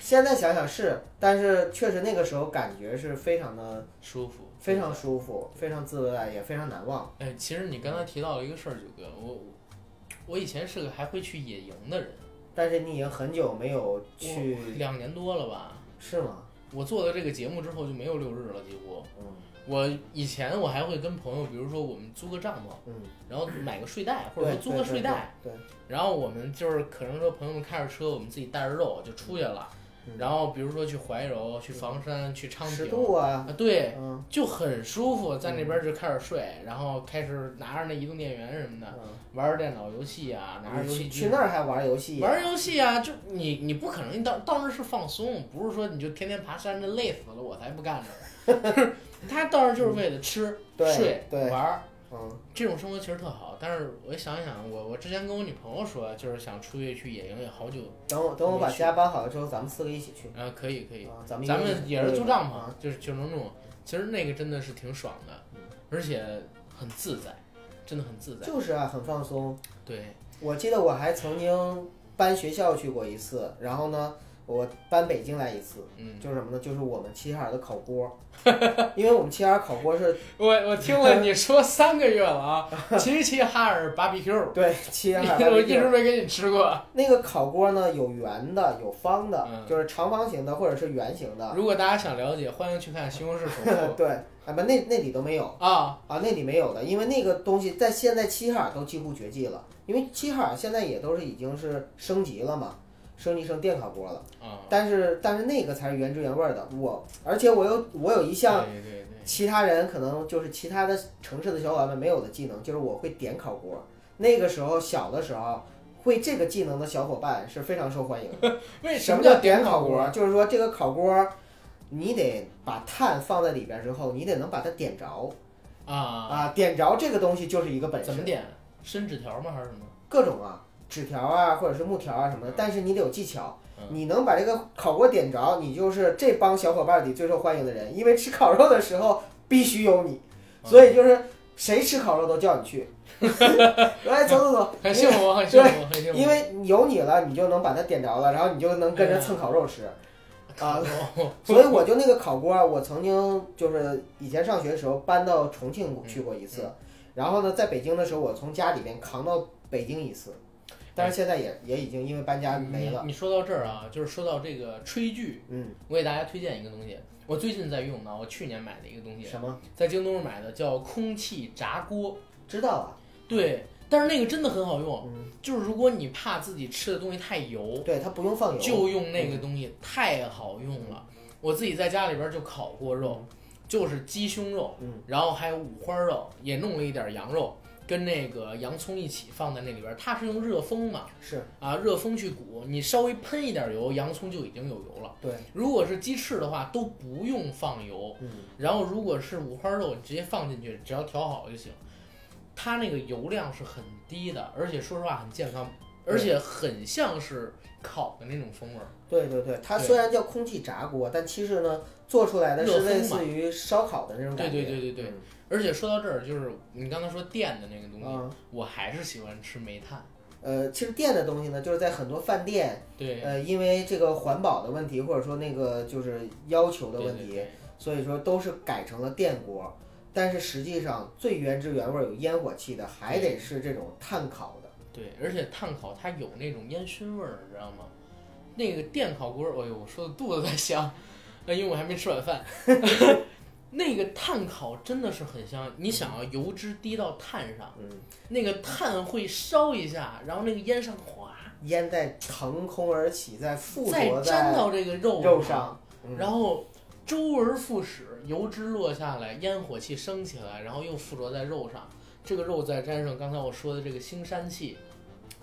C: 现在想想是，但是确实那个时候感觉是非常的、
A: 舒服，
C: 非常舒服、非常自在，也非常难忘。
A: 哎，其实你刚才提到了一个事儿，九哥，我我我以前是个还会去野营的人，
C: 但是你已经很久没有去，
A: 我两年多了吧。
C: 是吗？
A: 我做了这个节目之后就没有六日了，几乎。
C: 嗯
A: 我以前我还会跟朋友，比如说我们租个帐篷，
C: 嗯，
A: 然后买个睡袋，或者
C: 对，
A: 说租个
C: 对
A: 睡袋，，
C: 对，对
A: 然后我们就是可能说朋友们开着车，我们自己带着肉就出去了。
C: 嗯
A: 然后比如说去怀柔、去房山、去昌
C: 对十
A: 平
C: 度啊，
A: 啊，对，
C: 嗯
A: 就很舒服，在那边就开始睡，然后开始拿着那移动电源什么的，
C: 嗯，
A: 玩着电脑游戏啊，拿着游戏
C: 去
A: 机
C: 去那儿还玩游戏，
A: 玩游戏啊，就你你不可能，你到到那儿是放松，不是说你就天天爬山，这累死了，我才不干这 个。他到那儿就是为了吃、
C: 嗯对
A: 睡、
C: 对
A: 玩儿，
C: 嗯
A: 这种生活其实特好。但是我想一想，我我之前跟我女朋友说，就是想出去去野营，也好久，
C: 等我等我把
A: 没去
C: 家搬好了之后，咱们四个一起去。
A: 啊，可以可以，
C: 啊，咱们
A: 咱
C: 一
A: 们
C: 个
A: 也是租帐
C: 啊
A: 篷，就是九能住。其实那个真的是挺爽的
C: 嗯，
A: 而且很自在，真的很自在。
C: 就是啊，很放松。
A: 对，
C: 我记得我还曾经搬学校去过一次，然后呢，我搬北京来一次，
A: 嗯，
C: 就是什么呢？就是我们齐齐哈尔的烤锅，因为我们齐齐哈尔烤锅是
A: 我我听了你说三个月了啊，齐齐哈尔 BBQ，
C: 对 齐齐哈尔
A: 我
C: 的
A: 一
C: 地
A: 直
C: 儿
A: 没给你吃过。
C: 那个烤锅呢，有圆的，有方的，
A: 嗯
C: 就是长方形的或者是圆形的。
A: 如果大家想了解，欢迎去看《西红柿首富
C: 对，啊不，那那里都没有》
A: 啊，
C: 啊，那里没有的，因为那个东西在现在齐齐哈尔都几乎绝迹了，因为齐齐哈尔现在也都是已经是升级了嘛，升级成电烤锅了。
A: 啊，
C: 但是但是那个才是原汁原味儿的。我而且我有我有一项
A: 对对对，
C: 其他人可能就是其他的城市的小伙伴们没有的技能，就是我会点烤锅。那个时候小的时候。会这个技能的小伙伴是非常受欢迎 的。
A: 为
C: 什
A: 么
C: 么
A: 叫
C: 叫点
A: 烤
C: 烤锅？？就是说这个烤锅，你得把炭放在里边之后，你得能把它点着
A: 啊，
C: 啊！点着这个东西就是一个本事。
A: 怎么？点？伸纸条吗？还是什么？
C: 各种啊，纸条啊，或者是木条啊什么的，但是你得有技巧
A: 嗯。
C: 你能把这个烤锅点着，你就是这帮小伙伴里最受欢迎的人，因为吃烤肉的时候必须有你，
A: 啊
C: 所以就是谁吃烤肉都叫你去， 来走走走，
A: 很幸福，很幸福，
C: 对
A: 很幸福。
C: 因为有你了，你就能把它点着了，然后你就能跟着蹭烤肉吃。
A: 啊，
C: 所以我就那个烤锅啊，我曾经就是以前上学的时候搬到重庆去过一次，然后呢，在北京的时候我从家里面扛到北京一次，但是现在也也已经因为搬家没了。
A: 你。你说到这儿啊，就是说到这个炊具，
C: 嗯，
A: 我给大家推荐一个东西，我
C: 啊
A: 最近在用的，我去年买的一个东西，
C: 嗯什么？
A: 在京东上买的，叫空气炸锅。
C: 知道啊，
A: 对，但是那个真的很好用，
C: 嗯，
A: 就是如果你怕自己吃的东西太油，
C: 对，它不用放油，嗯
A: 就用那个东西，太好用了。我自己在家里边就烤过肉，就是鸡胸肉，
C: 嗯
A: 然后还有五花肉，也弄了一点羊肉，跟那个洋葱一起放在那里边。它是用热风嘛，
C: 是
A: 啊，热风去鼓，你稍微喷一点油，洋葱就已经有油了。
C: 对，
A: 如果是鸡翅的话，都不用放油，
C: 嗯，
A: 然后如果是五花肉，你直接放进去，只要调好就行。它那个油量是很低的，而且说实话很健康，
C: 对
A: 而且很像是烤的那种风味儿。
C: 对对对，它
A: 对
C: 虽然叫空气炸锅，但其实呢，做出来的
A: 热
C: 是
A: 风
C: 类
A: 嘛
C: 似于烧烤的那种感觉，
A: 对对对对对
C: 嗯
A: 而且说到这儿，就是你刚才说电的那个东西，
C: 啊，
A: 我还是喜欢吃煤炭。
C: 呃，其实电的东西呢，就是在很多饭店，
A: 对，
C: 呃，因为这个环保的问题，或者说那个就是要求的
A: 对
C: 问
A: 对
C: 题，
A: 对，
C: 所以说都是改成了电锅。但是实际上最原汁原味儿有烟火气的，还得是这种炭烤的。
A: 对，而且炭烤它有那种烟熏味儿，你知道吗？那个电烤锅，哎呦，我说的肚子在响，呃因为我还没吃晚饭。那个炭烤真的是很香，你想啊，油脂滴到炭上，
C: 嗯，
A: 那个炭会烧一下，然后那个烟上哗，
C: 烟在腾空而起，在附
A: 再
C: 着
A: 粘
C: 在
A: 到这个肉
C: 肉上，嗯
A: 然后周而复始，油脂落下来，烟火气升起来，然后又附着在肉上，这个肉再沾上刚才我说的这个腥膻气，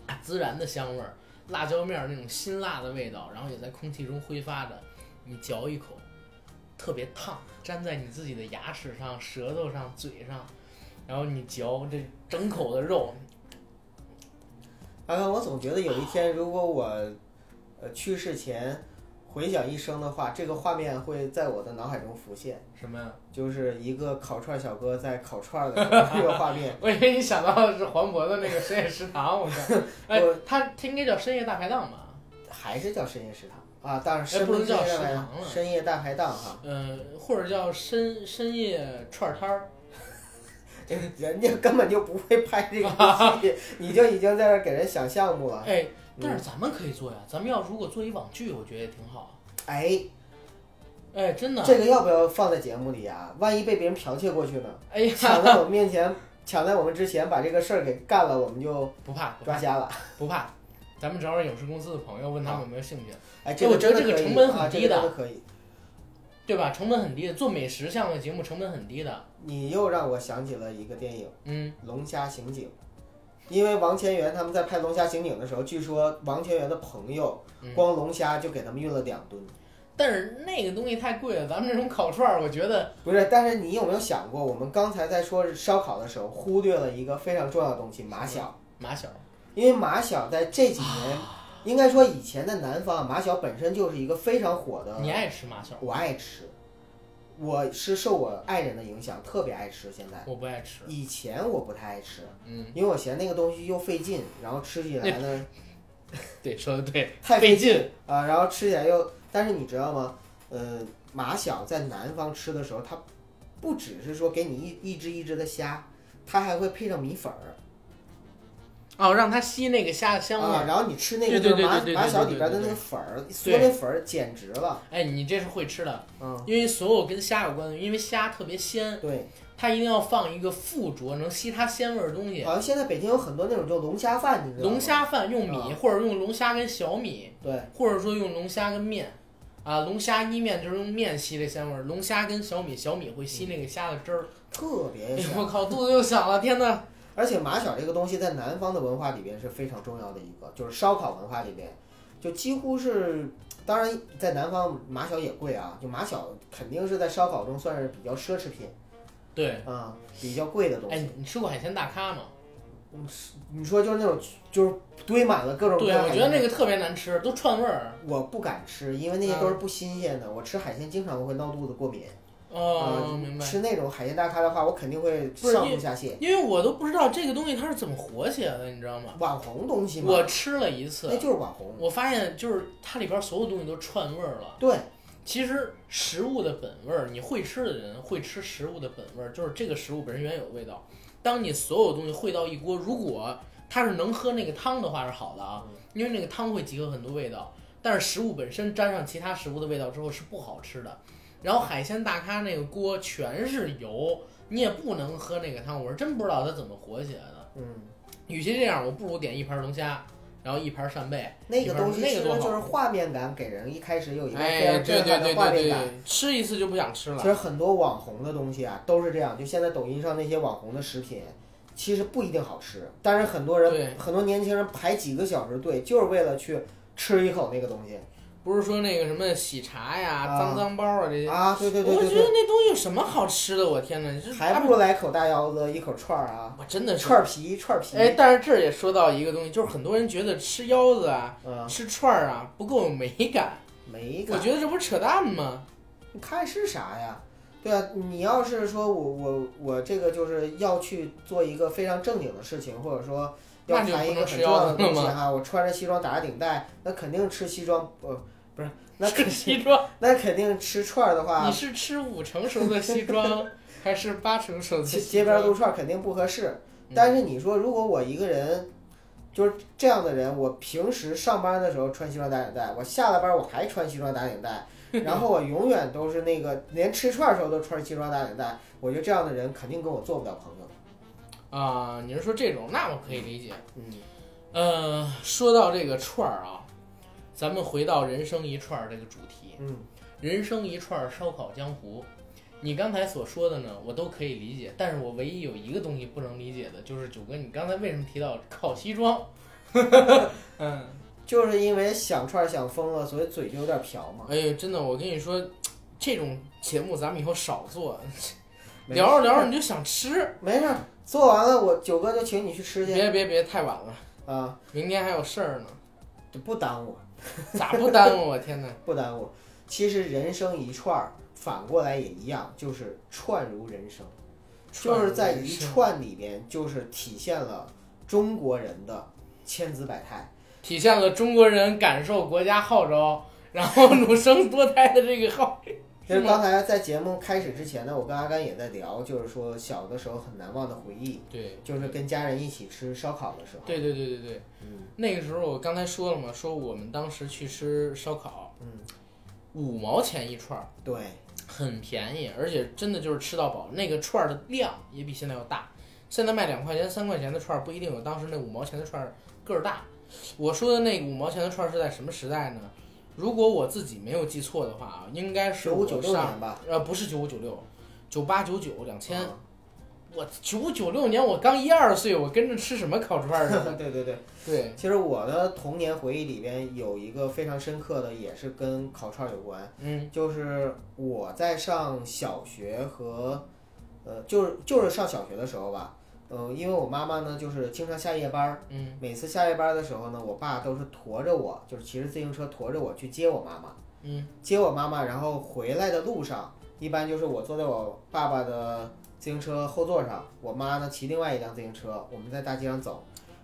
A: 啊，孜然的香味儿，辣椒面儿那种辛辣的味道，然后也在空气中挥发着，你嚼一口，特别烫，粘在你自己的牙齿上、舌头上、嘴上，然后你嚼这整口的肉，
C: 啊，我总觉得有一天，如果我呃去世前回想一生的话，这个画面会在我的脑海中浮现，
A: 什么呀？
C: 就是一个烤串小哥在烤串的时候这个画 面。
A: 我以为你想到的是黄渤的那个深夜食堂，我 靠！哎
C: 我，
A: 他他应该叫深夜大排档吧？
C: 还是叫深夜食堂啊，当然
A: 哎
C: 深
A: 不能
C: 夜
A: 叫
C: 大排
A: 食
C: 档
A: 堂了
C: 深夜大排 档哈，
A: 呃，或者叫深深夜串儿摊儿，
C: 人家根本就不会拍这个 东西，你就已经在这儿给人想项目了。
A: 哎，
C: 嗯
A: 但是咱们可以做呀，咱们要如果做一网剧，我觉得也挺好。
C: 哎，
A: 哎，真的，
C: 这个要不要放在节目里啊？万一被别人剽窃过去呢？
A: 哎呀，
C: 抢在我们面前，抢在我们之前把这个事儿给干了，我们就
A: 不怕不
C: 抓
A: 怕
C: 瞎了。
A: 不怕，咱们找找影视公司的朋友，问他们有没有兴趣，哎
C: 哎，这个
A: 我觉得
C: 真的
A: 这个
C: 可以
A: 成本
C: 啊
A: 很
C: 这
A: 低
C: 个
A: 的
C: 真的可以。
A: 对吧？成本很低的，做美食项目的节目成本很低的。
C: 你又让我想起了一个电影
A: 嗯，
C: 《龙虾刑警》，因为王千源他们在拍《龙虾刑警》的时候，据说王千源的朋友
A: 嗯
C: 光龙虾就给他们运了两吨。
A: 但是那个东西太贵了，咱们这种烤串儿，我觉得
C: 不是，但是你有没有想过，我们刚才在说烧烤的时候，忽略了一个非常重要的东西——马
A: 什
C: 小。
A: 马小
C: 因为马小在这几年，
A: 啊
C: 应该说以前在南方，啊马小本身就是一个非常火的。
A: 你爱吃马小，
C: 我爱吃，我是受我爱人的影响，特别爱吃。现在
A: 我不爱吃。
C: 以前我不太爱吃，
A: 嗯，
C: 因为我嫌那个东西又费劲，然后吃起来呢
A: 对，说的对，
C: 太
A: 费
C: 费
A: 劲。
C: 啊、然后吃起来又……但是你知道吗？呃，马小在南方吃的时候，它不只是说给你一一只一只的虾，它还会配上米粉儿。
A: 哦，让它吸那个虾的香味
C: 啊，
A: 儿。
C: 然后你吃那个
A: 对对
C: 就是马
A: 对对对
C: 马小
A: 对对
C: 里边的
A: 对
C: 那
A: 对
C: 个粉儿，嗦
A: 对
C: 那粉儿简直了，
A: 哎，你这是会吃的，
C: 嗯，
A: 因为所有跟虾有关的，因为虾特别鲜，
C: 对，
A: 它一定要放一个附着能吸它鲜味儿的东西。
C: 好像现在北京有很多那种叫龙虾饭，你知道吗？
A: 龙，虾饭用米，
C: 啊
A: 或者用龙虾跟小米，
C: 对，
A: 或者说用龙虾跟面，啊，龙虾一面就是用面吸这鲜味儿，龙虾跟小米，小米会吸那个虾的汁儿。
C: 特
A: 哎
C: 别
A: 呦，我
C: 香。
A: 靠，肚子又响了，天哪！
C: 而且马小这个东西在南方的文化里边是非常重要的一个，就是烧烤文化里边，就几乎是，当然在南方马小也贵啊，就马小肯定是在烧烤中算是比较奢侈品
A: 对，
C: 啊、比较贵的东
A: 哎
C: 西。，
A: 你吃过海鲜大咖吗？
C: 你说就是那种就是堆满了各种各
A: 对，
C: 样的
A: 我觉得那
C: 海鲜
A: 个特别难吃，都串味儿。
C: 我不敢吃，因为那些
A: 嗯
C: 都是不新鲜的，我吃海鲜经常会闹肚子过敏。
A: 哦，
C: 嗯
A: 明白。
C: 吃那种海鲜大咖的话，我肯定会
A: 不是
C: 上
A: 因
C: 吐
A: 为
C: 下泻。
A: 因为我都不知道这个东西它是怎么火起来的，你知道吗？
C: 网红东西嘛，
A: 我吃了一
C: 那
A: 次，
C: 就是网红。
A: 我发现就是它里边所有东西都串味儿了。
C: 对，
A: 其实食物的本味儿，你会吃的人会吃食物的本味儿，就是这个食物本身原有味道。当你所有东西烩到一锅，如果它是能喝那个汤的话是好的啊，
C: 嗯
A: 因为那个汤会集合很多味道。但是食物本身沾上其他食物的味道之后是不好吃的。然后海鲜大咖那个锅全是油，你也不能喝那个汤。我是真不知道它怎么火起来的。
C: 嗯，
A: 与其这样，我不如点一盘龙虾，然后一盘扇贝，
C: 那个东西
A: 一盘那个
C: 其实
A: 多好
C: 就是画面感，给人一开始有一个非
A: 哎，
C: 常
A: 对
C: 震
A: 对
C: 撼的
A: 对
C: 画
A: 对
C: 面感。
A: 对，吃一次就不想吃了。
C: 其实很多网红的东西啊都是这样，就现在抖音上那些网红的食品，其实不一定好吃，但是很多
A: 对
C: 人很多年轻人排几个小时队，就是为了去吃一口那个东西
A: 不是说那个什么喜茶呀、
C: 啊
A: 脏脏包啊这些，
C: 啊！对对对
A: 我
C: 对
A: 觉得
C: 对，
A: 那东西有什么好吃的？我天哪，这
C: 还不如来口大腰子，一口串儿啊，
A: 我真的是。
C: 串儿皮串儿皮，
A: 呃哎，但是这儿也说到一个东西，就是很多人觉得吃腰子啊、
C: 嗯，
A: 吃串儿啊不够有美感，
C: 没
A: 我
C: 感
A: 觉得这不是扯淡吗？
C: 你看是啥呀？对啊，你要是说我我我这个就是要去做一个非常正经的事情，或者说要
A: 那就
C: 谈
A: 不
C: 一个
A: 能
C: 很
A: 吃
C: 重要
A: 腰
C: 的
A: 子了
C: 东西
A: 吗？
C: 哈，我穿着西装打着领带，那肯定吃西装，呃，不是， 那啊肯
A: 吃西装，
C: 那肯定吃串儿的
A: 你
C: 话，
A: 是吃五成熟的西 装还是八成熟的
C: 街
A: 西
C: 街边
A: 装？
C: 撸串儿肯定不合适。
A: 嗯
C: 但是你说，如果我一个人，就是这样的人，我平时上班的时候穿西装打领带，我下了班我还穿西装打 领带，然后我永远都是那个连吃串儿的时候都穿西装打领带，我觉得这样的人肯定跟我做不了朋友。
A: 啊、你是说这种？那我可以理解。
C: 嗯，
A: 呃，说到这个串儿啊，咱们回到人生一串儿这个主题。
C: 嗯，
A: 人生一串儿烧烤江湖，你刚才所说的呢，我都可以理解，但是我唯一有一个东西不能理解的就是九哥，你刚才为什么提到靠西装？嗯，
C: 就是因为想串儿想疯了，所以嘴就有点瓢嘛。
A: 哎呦，真的，我跟你说，这种节目咱们以后少做，
C: 没事
A: 聊着聊着你就想吃，
C: 没事儿，做完了我九哥就请你去吃去
A: 别别别，太晚了，
C: 啊，
A: 明天还有事儿呢，
C: 就不耽误。
A: 咋不耽误？我天 哪！
C: 不耽误。其实人生一串儿，反过来也一样，就是串如人生，就是在一串里边，就是体现了中国人的千姿百态。
A: 体现了中国人感受国家号召， 然后努生多胎的这个号。
C: 就
A: 是
C: 是
A: 吗
C: 刚才在节目开始之前呢，我跟阿甘也在聊，就是说小的时候很难忘的回忆，
A: 对，
C: 就是跟家人一起吃烧烤的时候。，
A: 对对对对对，
C: 嗯
A: 那个时候我刚才说了嘛，说我们当时去吃烧烤，
C: 嗯，
A: 五毛钱一串儿，
C: 对，
A: 很便宜，而且真的就是吃到饱。那个串儿的量也比现在要大，现在卖两块钱、三块钱的串儿不一定有当时那五毛钱的串儿个儿大。我说的那个五毛钱的串儿是在什么时代呢？如果我自己没有记错的话啊，应该是
C: 九五九
A: 我
C: 六
A: 上
C: 年吧，
A: 呃，不是九五九六，九八九九两千。
C: 啊
A: 我九五九六年我刚一二岁，我跟着吃什么烤串儿 啊？
C: 嗯对对对。
A: 对，
C: 其实我的童年回忆里边有一个非常深刻的，也是跟烤串儿有关。
A: 嗯
C: 就是我在上小学和，呃，就是就是上小学的时候吧，呃，因为我妈妈呢，就是经常下夜班儿，
A: 嗯
C: 每次下夜班儿的时候呢，我爸都是驮着我，就是骑着自行车驮着我去接我妈妈，
A: 嗯
C: 接我妈妈，然后回来的路上，一般就是我坐在我爸爸的自行车后座上，我妈呢骑另外一辆自行车，我们在大街上走，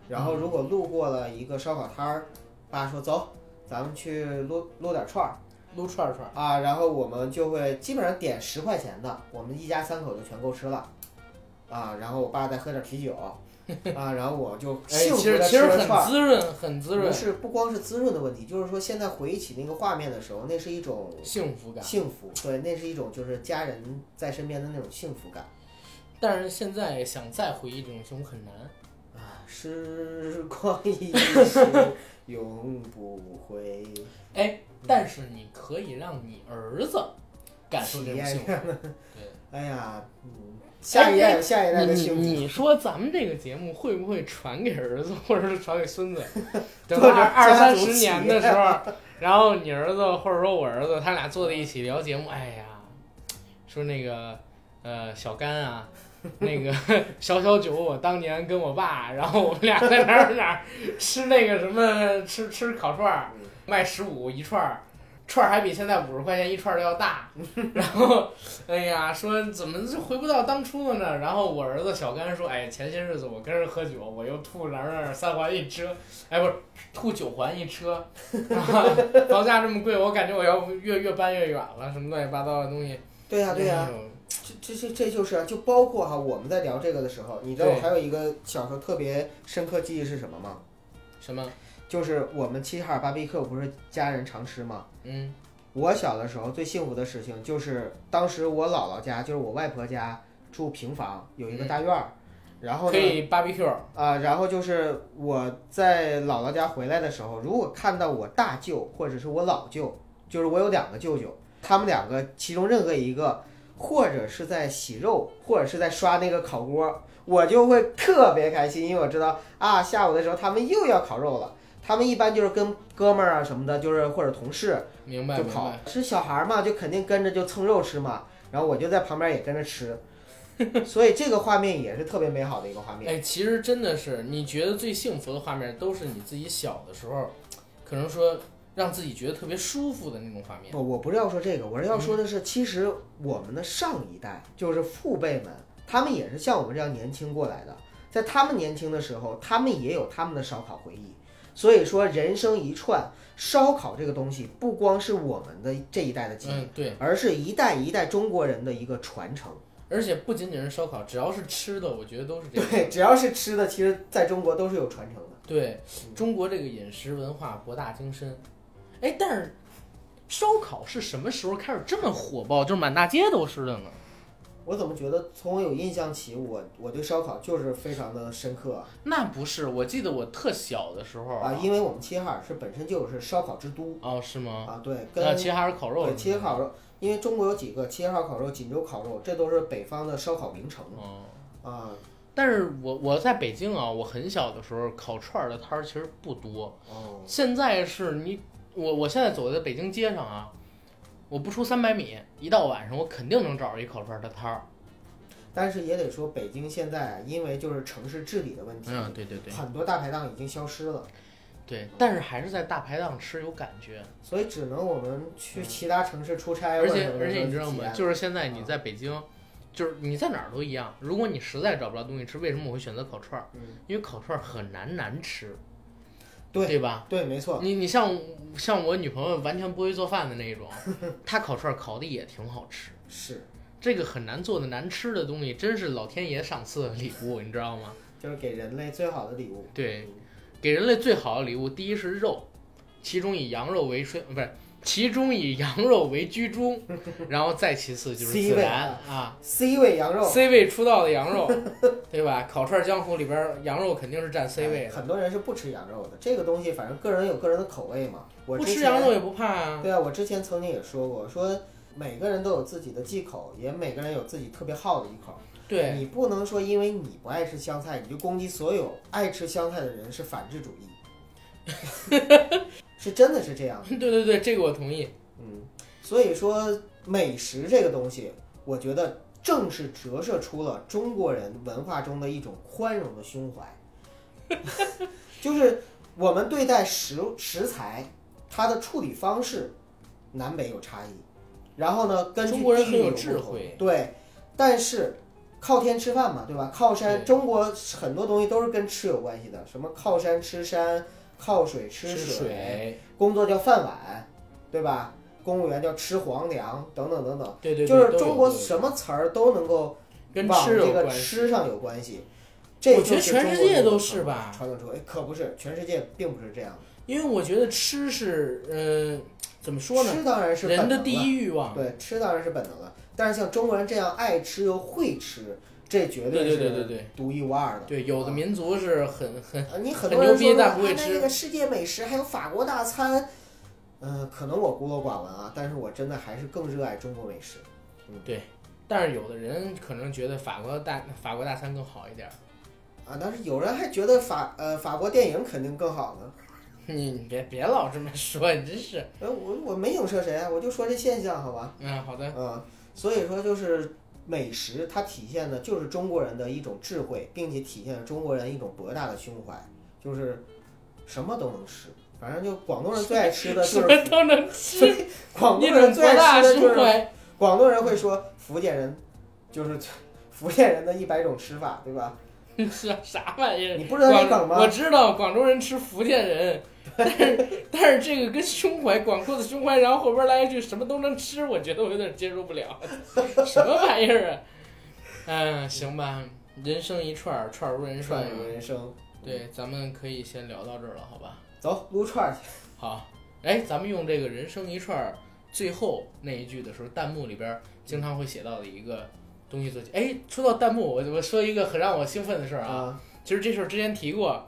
C: 然后如果路过了一个烧烤摊儿，爸说走，咱们去撸撸点串儿。
A: 撸串儿串儿，
C: 啊，然后我们就会基本上点十块钱的，我们一家三口就全够吃了，啊，然后我爸再喝 点啤酒，啊，然后我就
A: 哎，其
C: 幸福
A: 实
C: 的
A: 其
C: 吃
A: 实
C: 了
A: 很
C: 串儿。嗯
A: 滋润，很滋
C: 不
A: 润，
C: 是，不光是滋润的问题，就是说现在回忆起那个画面的时候，那是一种
A: 幸福感。
C: 幸福，对，那是一种就是家人在身边的那种幸福感
A: 但是现在想再回忆这种幸福很难。
C: 啊。时光一逝永不回，
A: 哎，但是你可以让你儿子感受这种幸
C: 体验
A: 福。
C: 哎呀，嗯，下一代有下一代的
A: 哎你
C: 幸福。
A: 你说咱们这个节目会不会传给儿子，或者是传给孙子？等
C: 做
A: 到
C: 成
A: 二
C: 家
A: 三
C: 族
A: 十
C: 企
A: 年
C: 业
A: 的时 候，然后你儿子或者说我儿子，他俩坐在一起聊节目，哎呀，说那个呃小甘啊，那个小小九，我当年跟我爸，然后我们俩在哪儿哪儿吃那个什么吃吃烤串儿，卖十五一串儿。串儿还比现在五十块钱一串儿的要 大，然后，哎呀，说怎么就回不到当初了呢？然后我儿子小甘说，哎，前些日子我跟人喝酒，我又吐哪儿哪儿三环一车，哎，不是吐九环一车， 啊，房价这么贵，我感觉我要越越搬越远了，什么乱七八糟的东西。
C: 对呀、啊对呀、
A: 哎呦
C: 这这这这就是啊，就包括哈，我们在聊这个的时候，你知道我
A: 对
C: 还有一个小时候特别深刻记忆是什么吗？
A: 什么？
C: 就是我们齐齐哈尔 BBQ 不是家人常吃吗？
A: 嗯
C: 我小的时候最幸福的事情就是，当时我姥姥家，就是我外婆家住平房，有一个大院儿，然后呢
A: 可以 barbecue，
C: 啊，然后就是我在姥姥家回来的时候，如果看到我大舅或者是我老舅，就是我有两个舅舅，他们两个其中任何一个，或者是在洗肉，或者是在刷那个烤锅，我就会特别开心，因为我知道啊，下午的时候他们又要烤肉了。他们一般就是跟哥们儿啊什么的，就是或者同事
A: 明白
C: 就
A: 明
C: 烤
A: 白。，
C: 是小孩儿嘛，就肯定跟着就蹭肉吃嘛。然后我就在旁边也跟着吃，所以这个画面也是特别美好的一个画面。
A: 哎，其实真的是，你觉得最幸福的画面都是你自己小的时候，可能说让自己觉得特别舒服的那种画面。
C: 不，我不是要说这个，我是要说的是，其实我们的上一代就是父辈们，他们也是像我们这样年轻过来的，在他们年轻的时候，他们也有他们的烧烤回忆。所以说，人生一串，烧烤这个东西不光是我们的这一代的记忆，
A: 嗯，对，
C: 而是一代一代中国人的一个传承。
A: 而且不仅仅是烧烤，只要是吃的，我觉得都是这样。
C: 对，只要是吃的，其实在中国都是有传承的。
A: 对中国这个饮食文化博大精深，哎，但是烧烤是什么时候开始这么火爆，就是满大街都是的呢？
C: 我怎么觉得从我有印象起，我我对烧烤就是非常的深刻啊
A: 那不是，我记得我特小的时候
C: 啊，因为我们齐齐哈尔是本身就是烧烤之都
A: 哦，是吗？
C: 啊，对，跟
A: 呃，齐齐哈尔烤肉
C: 对，
A: 是
C: 齐齐
A: 吗，
C: 烤肉，因为中国有几个齐齐哈尔烤肉、锦州烤肉，这都是北方的烧烤名城
A: 哦。
C: 啊。
A: 但是我我在北京啊，我很小的时候烤串儿的摊儿其实不多。
C: 哦，
A: 现在是你我我现在走在北京街上啊，我不出三百米，一到晚上我肯定能找着一烤串儿的摊儿。
C: 但是也得说，北京现在啊因为就是城市治理的问题，
A: 嗯，对对对
C: 很多大排档已经消失了，
A: 对，但是还是在大排档吃有感觉。
C: 所以只能我们去其他城市出差或
A: 嗯而
C: 者
A: 且
C: 什么的
A: 而
C: 时候
A: 且
C: 去体验。
A: 哎你知道啊吗？就是现在你在北京，就是你在哪儿都一样。如果你实在找不着东西吃，为什么我会选择烤串儿？
C: 嗯
A: 因为烤串儿很难难吃，
C: 对
A: 对吧？
C: 对，没错，
A: 你你像像我女朋友完全不会做饭的那一种，她烤串儿烤的也挺好吃。
C: 是
A: 这个很难做的难吃的东西，真是老天爷赏赐的礼物，你知道吗？
C: 就是给人类最好的礼物。
A: 对
C: 嗯，
A: 给人类最好的礼物，第一是肉，其中以羊肉为顺，不是，其中以羊肉为居 中，然后再其次就是
C: C
A: 孜
C: 位哦
A: 然啊。
C: C 位羊肉
A: C 位出道的羊 肉，对吧？烤串江湖里边儿羊肉肯定是
C: 哎
A: 占 C 位的，
C: 很多人是不吃羊肉的，这个东西反正个人有个人的口味嘛。我
A: 不
C: 之
A: 吃
C: 前
A: 羊肉也不怕啊。
C: 对啊，我之前曾经也说过，说每个人都有自己的忌口，也每个人有自己特别好的一口。
A: 对，
C: 你不能说因为你不爱吃香菜，你就攻击所有爱吃香菜的人是反智主义， 是真的是这样的。
A: 对 对对，这个我同意。
C: 嗯，所以说美食这个东西，我觉得正是折射出了中国人文化中的一种宽容的胸怀， 就是我们对待食食材，它的处理方式南北有差异，然后呢，根据
A: 中国人
C: 地
A: 很
C: 域
A: 有
C: 不
A: 智
C: 同
A: 慧
C: 对，但是。靠天吃饭嘛，对吧？靠山，
A: 对
C: 中国很多东西都是跟吃有关系的，什么靠山吃山，靠水吃
A: 水，
C: 工作叫饭碗，对吧？公务员叫吃皇粮，等等等等，
A: 对对对，
C: 就是
A: 都有
C: 中国
A: 都有
C: 什么词儿都能够
A: 跟
C: 往
A: 吃
C: 这
A: 有
C: 个
A: 关系。
C: 吃上有关系。这
A: 我觉
C: 就
A: 得
C: 是
A: 全
C: 中
A: 世
C: 国
A: 界
C: 人的
A: 都是吧，
C: 传统智慧，可不是，全世界并不是这样的。
A: 因为我觉得吃是，嗯，怎么说呢？
C: 吃当然是本
A: 人
C: 能
A: 的第
C: 了
A: 一欲望。
C: 对，吃当然是本能了。但是像中国人这样爱吃又会吃，这绝
A: 对对对对
C: 是
A: 对
C: 独一无二的。
A: 对，有的民族是很很，
C: 啊，你很
A: 很
C: 多
A: 牛
C: 人
A: 逼
C: 说
A: 但不会
C: 哎
A: 吃
C: 那个世界美食，还有法国大餐，嗯、可能我孤陋寡闻啊，但是我真的还是更热爱中国美食。
A: 但是有的人可能觉得法国大法国大餐更好一点儿。
C: 啊，但是有人还觉得法呃法国电影肯定更好呢。
A: 你你别别老这么说，你真是。
C: 哎，我我没影射谁啊，我就说这现象好吧。
A: 嗯，好的。
C: 嗯，所以说就是美食，它体现的就是中国人的一种智慧，并且体现了中国人一种博大的胸怀，就是什么都能吃。反正就广东人最爱吃 的就是
A: 都能吃，
C: 广
A: 那
C: 东
A: 种
C: 人最
A: 博大
C: 爱吃的就
A: 胸
C: 是
A: 怀。
C: 广东人会说福建人，就是 福建人的一百种吃法，对吧？
A: 是啊啥玩意儿？
C: 你不知道这梗
A: 广
C: 吗
A: 我？知道广州人吃福建 人，但是但是这个跟胸怀广阔的胸怀，然后后边来一句什么都能吃，我觉得我有点接受不了，什么玩意儿啊？嗯，行吧，人生一串儿，串儿如人生啊
C: 串。有人生，
A: 对，咱们可以先聊到这儿了，好吧？
C: 走撸串儿去。
A: 好，哎，咱们用这个“人生一串”儿最后那一句的时候，弹幕里边儿经常会写到的一个东西做起。哎，说到弹幕，我我说一个很让我兴奋的事儿啊，
C: 啊，
A: 其实这事儿之前提过，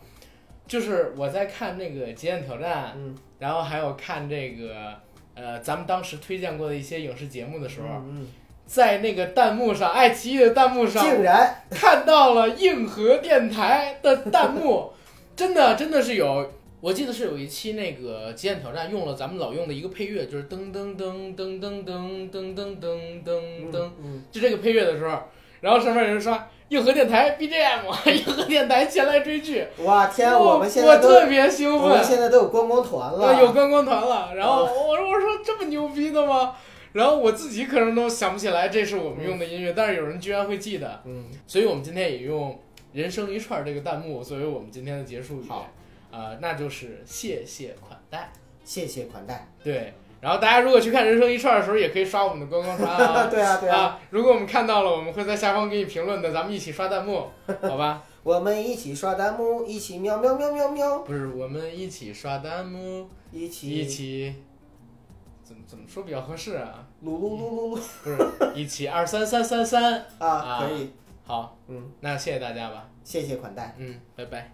A: 就是我在看那个《极限挑战》，
C: 嗯，
A: 然后还有看这个呃咱们当时推荐过的一些影视节目的时候，
C: 嗯，
A: 在那个弹幕上，爱奇艺的弹幕
C: 嗯
A: 上
C: 竟然
A: 看到了硬核电台的弹幕，真的真的是有。我记得是有一期那个《极限挑战》用了咱们老用的一个配乐，就是噔噔噔噔噔噔噔噔噔噔噔，
C: 嗯，
A: 就这个配乐的时候，然后上面有人刷硬核电台 BGM，硬 核电台前来追剧，
C: 嗯哇天，
A: 我
C: 我们现在都
A: 特别兴
C: 我们
A: 奋，
C: 现在都有观光团
A: 啊
C: 了，
A: 有观光团了。然后我说我说这么牛逼的吗？然后我自己可能都想不起来这是我们用的音乐，但是有人居然会记得，
C: 嗯，
A: 所以我们今天也用“人生一串”这个弹幕作为我们今天的结束语。
C: 好，
A: 呃，那就是谢谢款待。
C: 谢谢款待，
A: 对，然后大家如果去看《人生一串》的时候，也可以刷我们的观光团啊。
C: 对啊对啊，
A: 啊，如果我们看到了，我们会在下方给你评论的，咱们一起刷弹 幕，好吧？
C: 我们一起刷弹幕，一起喵喵喵喵喵，
A: 不是，我们一起刷弹幕，
C: 一起
A: 一起，怎么怎么说比较合适啊？
C: 噜噜噜噜噜
A: 不是，一起二三三三三，
C: 啊，可以，
A: 好，
C: 嗯，
A: 那谢谢大家吧，
C: 谢谢款待。
A: 嗯，拜拜。